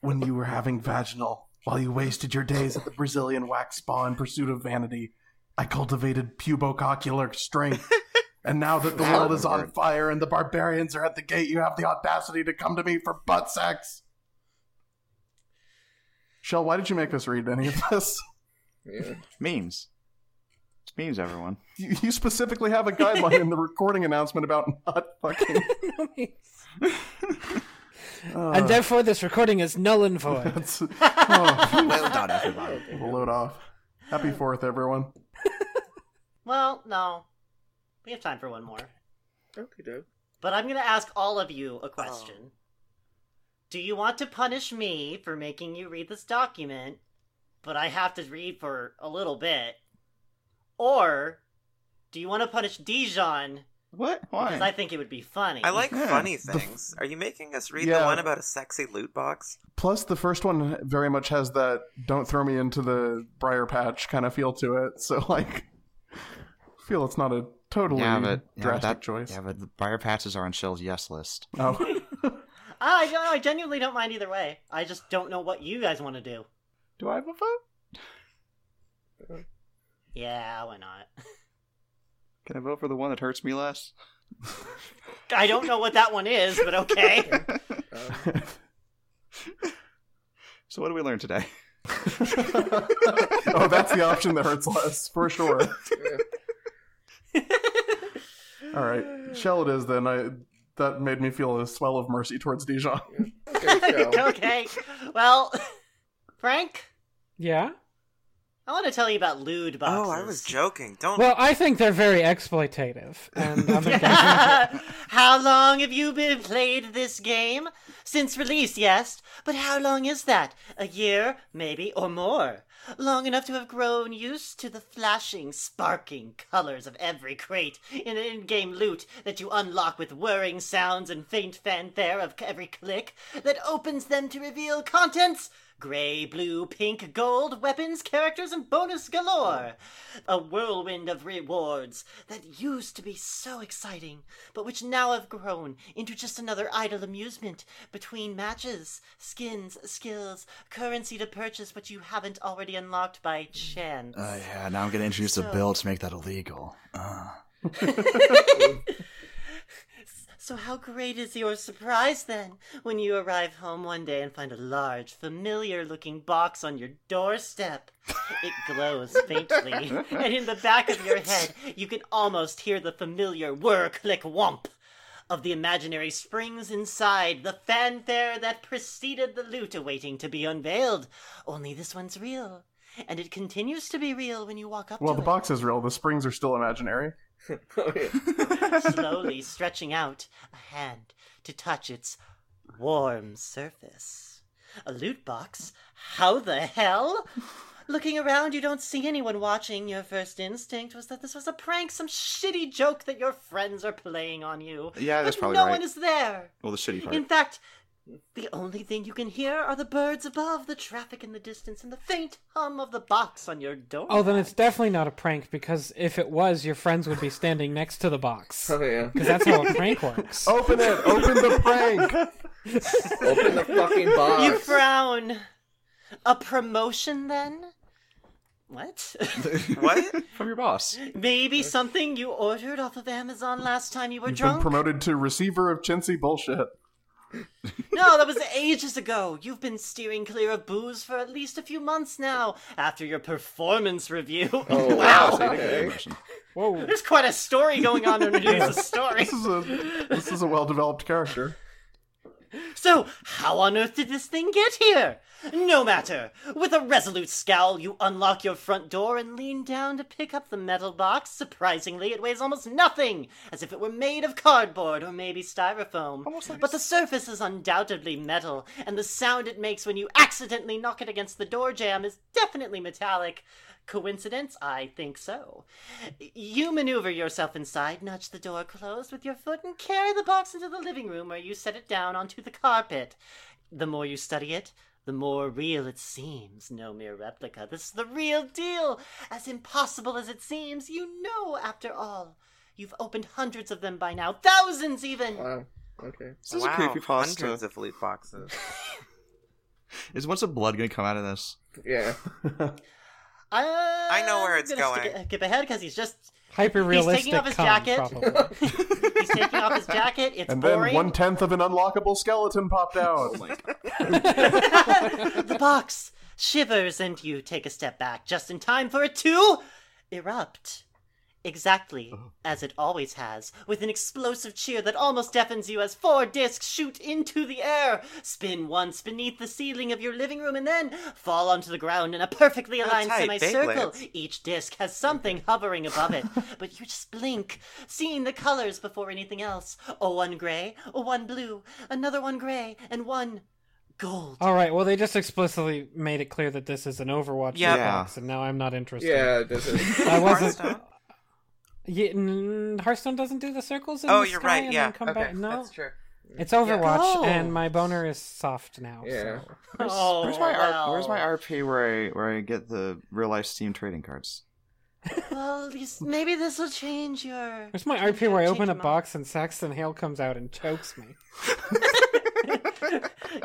Speaker 5: When you were having vaginal, while you wasted your days at the Brazilian wax spa in pursuit of vanity, I cultivated pubococcular strength. And now that the world is on fire and the barbarians are at the gate, you have the audacity to come to me for butt sex. Shell, why did you make us read any of this?
Speaker 7: Yeah.
Speaker 1: Memes. It's memes, everyone.
Speaker 5: You, you specifically have a guideline in the recording announcement about not fucking. Uh,
Speaker 6: and therefore, this recording is null and void.
Speaker 5: that's- oh,
Speaker 1: Well done, everybody.
Speaker 5: we'll load off. Happy Fourth, everyone.
Speaker 4: Well, no. We have time for one more.
Speaker 7: Okay, doke.
Speaker 4: But I'm going to ask all of you a question.
Speaker 2: Oh.
Speaker 4: Do you want to punish me for making you read this document, but I have to read for a little bit? Or do you want to punish Dijon
Speaker 1: What?
Speaker 4: because I
Speaker 1: Why?
Speaker 4: think it would be funny?
Speaker 2: I like
Speaker 1: Yeah.
Speaker 2: funny things. Are you making us read the
Speaker 5: Yeah.
Speaker 2: one about a sexy loot box?
Speaker 5: Plus, the first one very much has that "don't throw me into the briar patch" kind of feel to it. So, like, I feel it's not a totally
Speaker 1: Yeah, but, yeah, but
Speaker 5: drastic
Speaker 1: that,
Speaker 5: choice.
Speaker 1: yeah, but the buyer patches are on Shell's yes list.
Speaker 5: Oh,
Speaker 4: I, I genuinely don't mind either way. I just don't know what you guys want to do.
Speaker 5: do I have a vote?
Speaker 4: Yeah, why not?
Speaker 1: Can I vote for the one that hurts me less?
Speaker 4: I don't know what that one is, but okay.
Speaker 7: Um,
Speaker 1: So what do we learn today?
Speaker 5: oh, that's the option that hurts less for sure.
Speaker 7: yeah.
Speaker 5: All right, shell it is then. I that made me feel a swell of mercy towards Dijon.
Speaker 7: Okay, so,
Speaker 4: okay. Well, Frank,
Speaker 6: yeah?
Speaker 4: I want to tell you about lewd boxes.
Speaker 2: Oh, I was joking. Don't.
Speaker 6: Well, I think they're very exploitative. And I'm against it.
Speaker 4: how long have you been played this game? Since release, yes. But how long is that? A year, maybe, or more. Long enough to have grown used to the flashing, sparking colors of every crate in an in-game loot that you unlock with whirring sounds and faint fanfare of every click that opens them to reveal contents Gray, blue, pink, gold, weapons, characters, and bonus galore! A whirlwind of rewards that used to be so exciting, but which now have grown into just another idle amusement between matches, skins, skills, currency to purchase what you haven't already unlocked by chance.
Speaker 1: Uh, yeah, now I'm gonna introduce a bill to make that illegal. Uh.
Speaker 4: So, how great is your surprise then when you arrive home one day and find a large, familiar looking box on your doorstep? It glows faintly, and in the back of your head, you can almost hear the familiar whir click womp of the imaginary springs inside, the fanfare that preceded the loot awaiting to be unveiled. Only this one's real, and it continues to be real when you walk up
Speaker 5: Well,
Speaker 4: to
Speaker 5: the
Speaker 4: it.
Speaker 5: box is real. The springs are still imaginary.
Speaker 7: oh, yeah.
Speaker 4: slowly stretching out a hand to touch its warm surface. A loot box? How the hell? Looking around, you don't see anyone watching. Your first instinct was that this was a prank, some shitty joke that your friends are playing on you.
Speaker 1: Yeah, that's
Speaker 4: but
Speaker 1: probably
Speaker 4: no
Speaker 1: right.
Speaker 4: one is there.
Speaker 1: Well, the shitty part.
Speaker 4: In fact, the only thing you can hear are the birds above, the traffic in the distance, and the faint hum of the box on your door.
Speaker 6: Oh, then it's definitely not a prank because if it was, your friends would be standing next to the box.
Speaker 7: Oh, yeah.
Speaker 6: Because that's how a prank works.
Speaker 5: Open it. Open the prank.
Speaker 7: Open the fucking box.
Speaker 4: You frown. A promotion then? What?
Speaker 2: What?
Speaker 1: From your boss.
Speaker 4: Maybe something you ordered off of Amazon last time you were
Speaker 5: You've been
Speaker 4: drunk?
Speaker 5: promoted to receiver of chintzy bullshit.
Speaker 4: No, that was ages ago. You've been steering clear of booze for at least a few months now after your performance review.
Speaker 7: Oh,
Speaker 1: Wow,
Speaker 7: wow.
Speaker 1: so you didn't get
Speaker 7: Okay.
Speaker 1: permission.
Speaker 6: Whoa.
Speaker 4: There's quite a story going on underneath the story.
Speaker 5: This is a this is a well developed character.
Speaker 4: So, how on earth did this thing get here? No matter. With a resolute scowl, you unlock your front door and lean down to pick up the metal box. Surprisingly, it weighs almost nothing, as if it were made of cardboard or maybe styrofoam. but the surface is undoubtedly metal, and the sound it makes when you accidentally knock it against the door jamb is definitely metallic. Coincidence? I think so. You maneuver yourself inside, nudge the door closed with your foot, and carry the box into the living room where you set it down onto the carpet. The more you study it, the more real it seems. No mere replica. This is the real deal. As impossible as it seems, you know, after all. You've opened hundreds of them by now, thousands even.
Speaker 7: Wow. Okay.
Speaker 1: This is
Speaker 2: wow,
Speaker 1: a creepypasta.
Speaker 2: hundreds of loot boxes.
Speaker 1: Is what's of blood gonna come out of this?
Speaker 7: Yeah.
Speaker 4: I,
Speaker 2: I know where it's
Speaker 4: I'm gonna
Speaker 2: going.
Speaker 4: Skip, skip ahead because he's just
Speaker 6: Hyper realistic.
Speaker 4: off his jacket. he's taking off his jacket. It's
Speaker 5: And then
Speaker 4: boring.
Speaker 5: one tenth of an unlockable skeleton popped out.
Speaker 4: the box shivers and you take a step back just in time for it to erupt. Exactly as it always has, with an explosive cheer that almost deafens you as four discs shoot into the air, spin once beneath the ceiling of your living room, and then fall onto the ground in a perfectly aligned
Speaker 2: tight,
Speaker 4: semicircle.
Speaker 2: Beyblades.
Speaker 4: Each disc has something hovering above it, but you just blink, seeing the colors before anything else. Oh, one gray, oh, one blue, another one gray, and one gold.
Speaker 6: All right. Well, they just explicitly made it clear that this is an Overwatch
Speaker 2: Yeah.
Speaker 6: box, and now I'm not interested.
Speaker 7: Yeah, this is.
Speaker 6: I wasn't.
Speaker 2: Hearthstone?
Speaker 6: Yeah, n- Hearthstone doesn't do the circles. In
Speaker 2: Oh,
Speaker 6: the
Speaker 2: you're
Speaker 6: sky
Speaker 2: right,
Speaker 6: and
Speaker 2: yeah,
Speaker 6: then Come back. No,
Speaker 7: That's true.
Speaker 6: it's Overwatch,
Speaker 4: Yeah.
Speaker 6: and my boner is soft now.
Speaker 7: Yeah.
Speaker 6: so-
Speaker 1: Where's,
Speaker 4: Oh,
Speaker 1: where's my R- where's my
Speaker 4: well.
Speaker 1: RP where I where I get the real life Steam trading cards?
Speaker 4: Well, these- maybe this will change your.
Speaker 6: There's my RP where I
Speaker 4: Change
Speaker 6: open a
Speaker 4: your mind.
Speaker 6: box and Saxon Hale comes out and chokes me.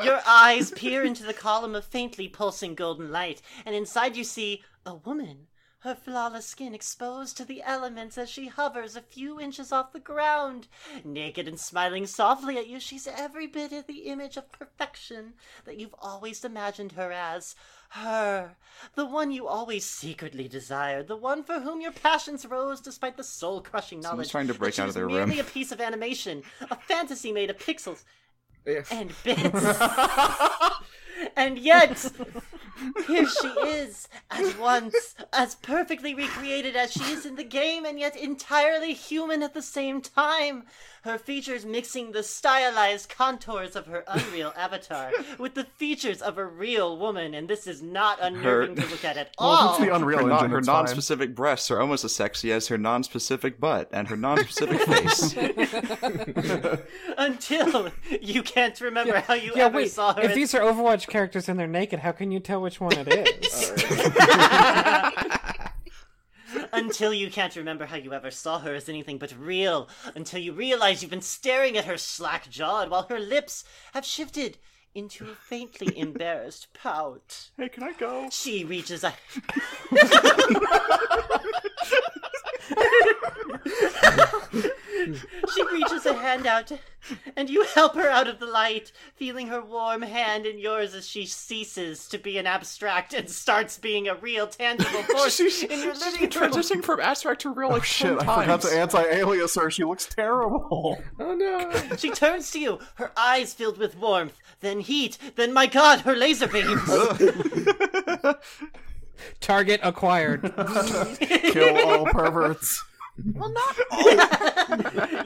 Speaker 4: Your eyes peer into the column of faintly pulsing golden light, and inside you see a woman, her flawless skin exposed to the elements as she hovers a few inches off the ground. Naked and smiling softly at you, she's every bit of the image of perfection that you've always imagined her as. Her, the one you always secretly desired, the one for whom your passions rose despite the soul crushing
Speaker 1: Someone's
Speaker 4: knowledge
Speaker 1: trying to
Speaker 4: that
Speaker 1: break
Speaker 4: she
Speaker 1: out of
Speaker 4: was
Speaker 1: their room.
Speaker 4: merely a piece of animation, a fantasy made of pixels
Speaker 7: Yeah.
Speaker 4: and bits. and yet, here she is, at once as perfectly recreated as she is in the game, and yet entirely human at the same time. Her features mixing the stylized contours of her unreal avatar with the features of a real woman, and this is not unnerving
Speaker 1: Her-
Speaker 4: to look at at
Speaker 5: Well,
Speaker 4: all.
Speaker 5: if it's the Unreal
Speaker 1: oh. Her,
Speaker 5: Engine,
Speaker 1: non- her
Speaker 5: it's fine.
Speaker 1: non-specific breasts are almost as sexy as her non-specific butt and her non-specific face.
Speaker 4: Until you can't remember how you
Speaker 6: yeah,
Speaker 4: ever
Speaker 6: wait.
Speaker 4: saw her.
Speaker 6: If
Speaker 4: in-
Speaker 6: these are Overwatch characters and they're naked, how can you tell which one it is?
Speaker 4: until you can't remember how you ever saw her as anything but real, until you realize you've been staring at her slack jawed while her lips have shifted into a faintly embarrassed pout.
Speaker 5: hey, can I go?
Speaker 4: She reaches a. she reaches a hand out, and you help her out of the light, feeling her warm hand in yours as she ceases to be an abstract and starts being a real, tangible force in your
Speaker 1: She's
Speaker 4: living
Speaker 1: been
Speaker 4: room.
Speaker 1: transitioning from abstract to real like
Speaker 5: Shit,
Speaker 1: 10
Speaker 5: I forgot
Speaker 1: times.
Speaker 5: to anti-alias her. She looks terrible.
Speaker 7: Oh no.
Speaker 4: She turns to you, her eyes filled with warmth, then heat, then my god, her laser beams.
Speaker 7: Uh,
Speaker 6: Target acquired.
Speaker 5: Kill all perverts.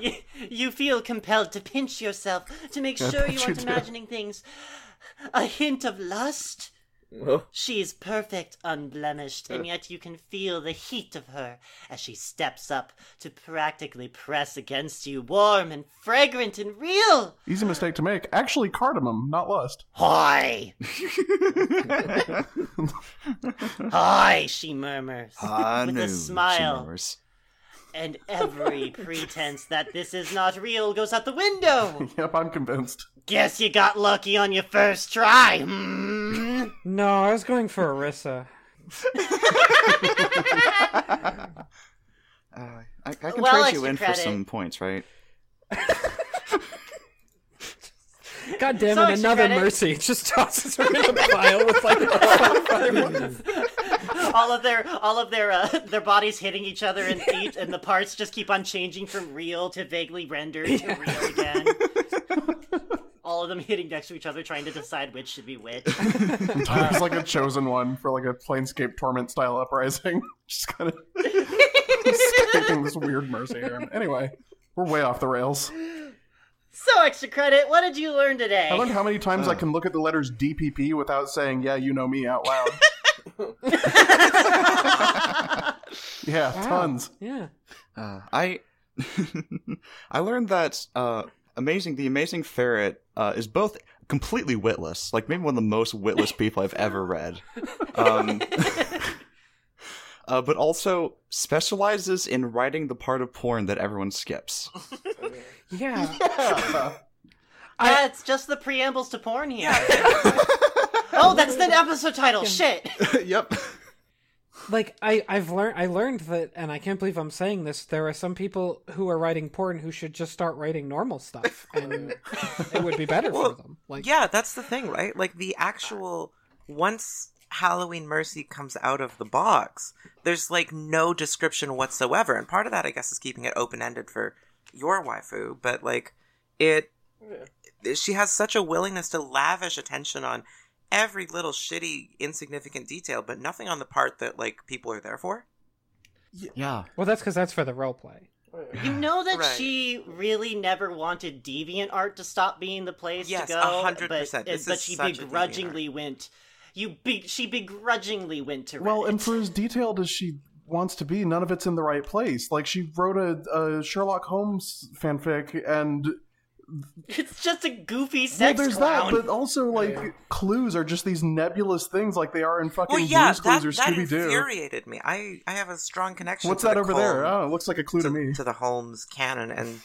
Speaker 4: you, you feel compelled to pinch yourself to make sure you
Speaker 5: bet you
Speaker 4: aren't
Speaker 5: do.
Speaker 4: imagining things. A hint of lust?
Speaker 7: Well,
Speaker 4: She's perfect, unblemished, and yet you can feel the heat of her as she steps up to practically press against you, warm and fragrant and real.
Speaker 5: Easy mistake to make. Actually, cardamom, not lust.
Speaker 4: Hi! Hi, she murmurs
Speaker 1: Ah,
Speaker 4: with
Speaker 1: no,
Speaker 4: a
Speaker 1: she
Speaker 4: smile.
Speaker 1: murmurs.
Speaker 4: and every pretense that this is not real goes out the window.
Speaker 5: Yep, I'm convinced.
Speaker 4: Guess you got lucky on your first try. Hmm.
Speaker 6: no, I was going for Arissa.
Speaker 1: Uh, I, I can
Speaker 4: Well,
Speaker 1: trade you
Speaker 4: extra
Speaker 1: in for
Speaker 4: credit.
Speaker 1: some points, right?
Speaker 6: God damn
Speaker 4: So
Speaker 6: it, another
Speaker 4: excited.
Speaker 6: mercy. Just tosses her in a pile with like five other ones.
Speaker 4: all of their all of their uh, their bodies hitting each other and feet and the parts just keep on changing from real to vaguely rendered to real again all of them hitting next to each other trying to decide which should be which
Speaker 5: There's like a chosen one for like a Planescape Torment style uprising. Just kind of escaping this weird mercy here. Anyway, we're way off the rails.
Speaker 4: so extra credit what did you learn today
Speaker 5: I learned how many times I can look at the letters DPP without saying, yeah, you know me out loud. yeah, tons.
Speaker 6: Yeah.
Speaker 1: Uh, I I learned that uh, amazing the amazing ferret uh, is both completely witless, like maybe one of the most witless people I've ever read, um, uh, but also specializes in writing the part of porn that everyone skips.
Speaker 6: Yeah.
Speaker 4: yeah, Uh, it's just the preambles to porn here oh that's the episode title shit
Speaker 1: yep.
Speaker 6: Like I, I've learned I learned that and I can't believe I'm saying this, there are some people who are writing porn who should just start writing normal stuff and it would be better
Speaker 2: Well,
Speaker 6: for them. Like
Speaker 2: yeah, that's the thing, right? Like the actual once Halloween Mercy comes out of the box, there's like no description whatsoever. And part of that I guess is keeping it open-ended for your waifu, but like it she has such a willingness to lavish attention on every little shitty insignificant detail, but nothing on the part that like people are there for.
Speaker 1: Yeah.
Speaker 6: Well that's because that's for the role play.
Speaker 4: you know that
Speaker 2: Right.
Speaker 4: she really never wanted deviant art to stop being the place
Speaker 2: Yes,
Speaker 4: to go
Speaker 2: 100%.
Speaker 4: but,
Speaker 2: This
Speaker 4: but
Speaker 2: is
Speaker 4: she
Speaker 2: such a DeviantArt.
Speaker 4: begrudgingly went you be- she begrudgingly went to
Speaker 5: Well,
Speaker 4: Reddit.
Speaker 5: and for as detailed as she wants to be, none of it's in the right place. Like she wrote a, a Sherlock Holmes fanfic, and
Speaker 4: It's just a goofy
Speaker 5: well,
Speaker 4: sex
Speaker 5: there's
Speaker 4: clown.
Speaker 5: that, but also like clues are just these nebulous things, like they are in fucking
Speaker 2: Well, yeah,
Speaker 5: Blue's
Speaker 2: that,
Speaker 5: Clues or
Speaker 2: that
Speaker 5: Scooby Doo.
Speaker 2: infuriated me. I, I have a strong connection.
Speaker 5: What's
Speaker 2: to
Speaker 5: that
Speaker 2: the
Speaker 5: over there?
Speaker 2: Colm.
Speaker 5: Oh, it looks like a clue to, me.
Speaker 2: to the Holmes canon, and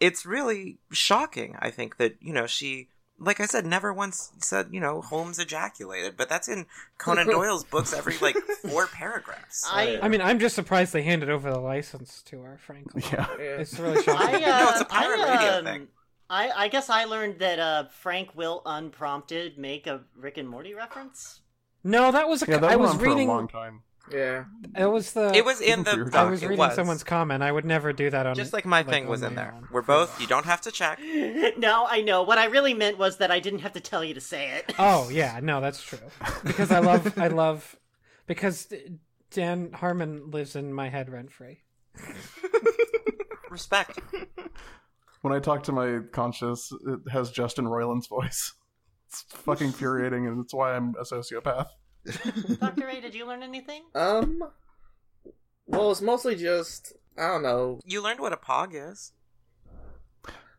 Speaker 2: it's really shocking. I think that you know she, like I said, never once said you know Holmes ejaculated, but that's in Conan Doyle's books every like four paragraphs.
Speaker 4: I,
Speaker 6: I mean I'm just surprised they handed over the license to her, frankly.
Speaker 5: yeah.
Speaker 6: It's really
Speaker 4: I,
Speaker 6: shocking.
Speaker 4: uh,
Speaker 2: No, it's a pirate
Speaker 4: I,
Speaker 2: radio
Speaker 4: um,
Speaker 2: thing.
Speaker 4: I, I guess I learned that uh, Frank will unprompted make a Rick and Morty reference.
Speaker 6: No, that was a
Speaker 5: Yeah, that
Speaker 6: I
Speaker 5: went
Speaker 6: was
Speaker 5: on
Speaker 6: reading
Speaker 5: for a long time.
Speaker 7: Yeah.
Speaker 6: it was the
Speaker 2: It was in the.
Speaker 5: Weird.
Speaker 6: I
Speaker 2: doc,
Speaker 6: was
Speaker 2: it
Speaker 6: reading
Speaker 2: was.
Speaker 6: someone's comment. oh, I would never do that on
Speaker 2: Just like my thing
Speaker 6: on
Speaker 2: was in
Speaker 6: my
Speaker 2: there.
Speaker 6: own.
Speaker 2: We're both. You don't have to check.
Speaker 4: no, I know. What I really meant was that I didn't have to tell you to say it.
Speaker 6: Oh yeah, no, that's true. Because I love, I love, because Dan Harmon lives in my head rent free.
Speaker 2: Respect.
Speaker 5: When I talk to my conscious, it has Justin Roiland's voice. It's fucking infuriating, and it's why I'm a sociopath.
Speaker 4: Dr. A, did you learn anything?
Speaker 7: Um. Well, it's mostly just I don't know.
Speaker 2: You learned what a pog is.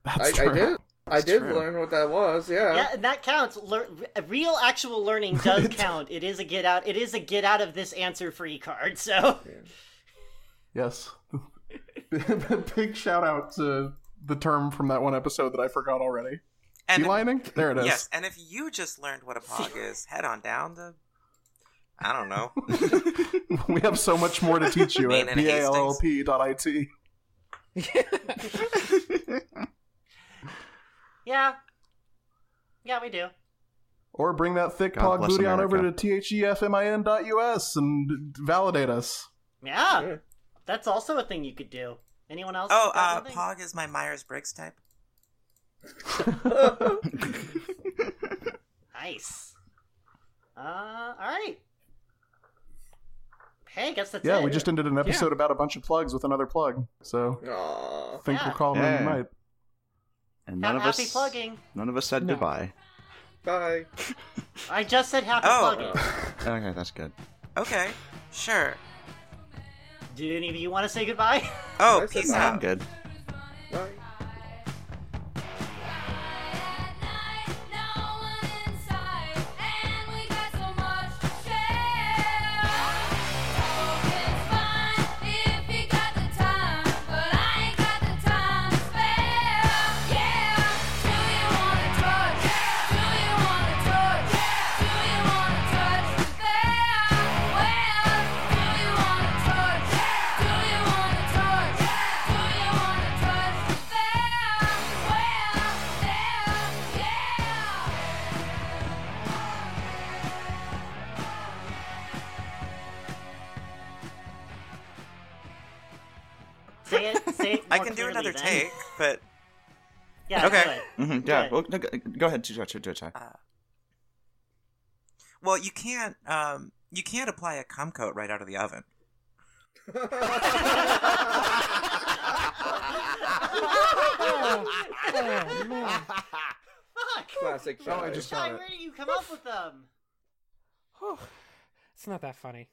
Speaker 5: That's
Speaker 7: I,
Speaker 5: true.
Speaker 7: I did. I
Speaker 1: That's
Speaker 7: did
Speaker 1: true.
Speaker 7: learn what that was.
Speaker 4: Yeah, and that counts. Lear- real actual learning does count. It is a get out. It is a get out of this answer free card. So
Speaker 5: Yes. Big shout out to the term from that one episode that I forgot already.
Speaker 2: And
Speaker 5: Beelining? There it is.
Speaker 2: yes, and if you just learned what a pog is, head on down to. I don't know.
Speaker 5: We have so much more to teach you
Speaker 2: Man
Speaker 5: at
Speaker 2: in Hastings.
Speaker 5: ballp.it.
Speaker 4: yeah, yeah, we do.
Speaker 5: Or bring that thick
Speaker 1: God
Speaker 5: pog
Speaker 1: bless
Speaker 5: booty on over to E
Speaker 1: America.
Speaker 5: thefmin.us and validate us.
Speaker 4: Yeah,
Speaker 7: Sure.
Speaker 4: that's also a thing you could do. Anyone else?
Speaker 2: Oh,
Speaker 4: got
Speaker 2: uh,
Speaker 4: anything?
Speaker 2: pog is my Myers Briggs type.
Speaker 7: Yeah.
Speaker 4: Nice. Uh, all right. Hey, guess that's
Speaker 5: Yeah,
Speaker 4: it.
Speaker 5: we just ended an episode about a bunch of plugs with another plug. So
Speaker 7: Aw.
Speaker 5: I think
Speaker 4: Yeah.
Speaker 5: we're calling it
Speaker 1: Yeah.
Speaker 5: a night.
Speaker 1: And
Speaker 4: Have
Speaker 1: none of
Speaker 4: happy
Speaker 1: us
Speaker 4: plugging.
Speaker 1: none of us said
Speaker 6: No.
Speaker 1: goodbye.
Speaker 7: Bye.
Speaker 4: I just said happy
Speaker 2: Oh.
Speaker 4: plugging.
Speaker 1: Okay, that's good.
Speaker 2: Okay, sure.
Speaker 4: Do any of you want to say goodbye?
Speaker 2: Oh,
Speaker 7: That's
Speaker 2: peace
Speaker 7: enough.
Speaker 1: I'm
Speaker 2: out.
Speaker 1: good.
Speaker 7: Bye.
Speaker 3: At night, no one inside, and we got so much to share. Talking's fine if you got the time, but I ain't got the time to spare. Yeah, do you wanna touch? Do you wanna touch? Do you wanna touch me there? Well, do you wanna touch? Do you wanna touch? Do you wanna touch me there?
Speaker 4: Say it. Say it
Speaker 2: I
Speaker 4: more
Speaker 2: can do
Speaker 4: clearly
Speaker 2: another
Speaker 4: then.
Speaker 2: take, but
Speaker 4: Yeah.
Speaker 2: Okay.
Speaker 4: do it.
Speaker 1: hmm yeah,
Speaker 4: Good.
Speaker 1: well, no, go, go ahead, do, do, do, do.
Speaker 2: well, you can't. Um, you can't apply a cum coat right out of the oven.
Speaker 6: Oh, oh, man.
Speaker 4: Fuck.
Speaker 7: Classic.
Speaker 5: No, I
Speaker 7: Josh.
Speaker 5: just-
Speaker 4: Shy, where do you come up with them?
Speaker 6: Whew. It's not that funny.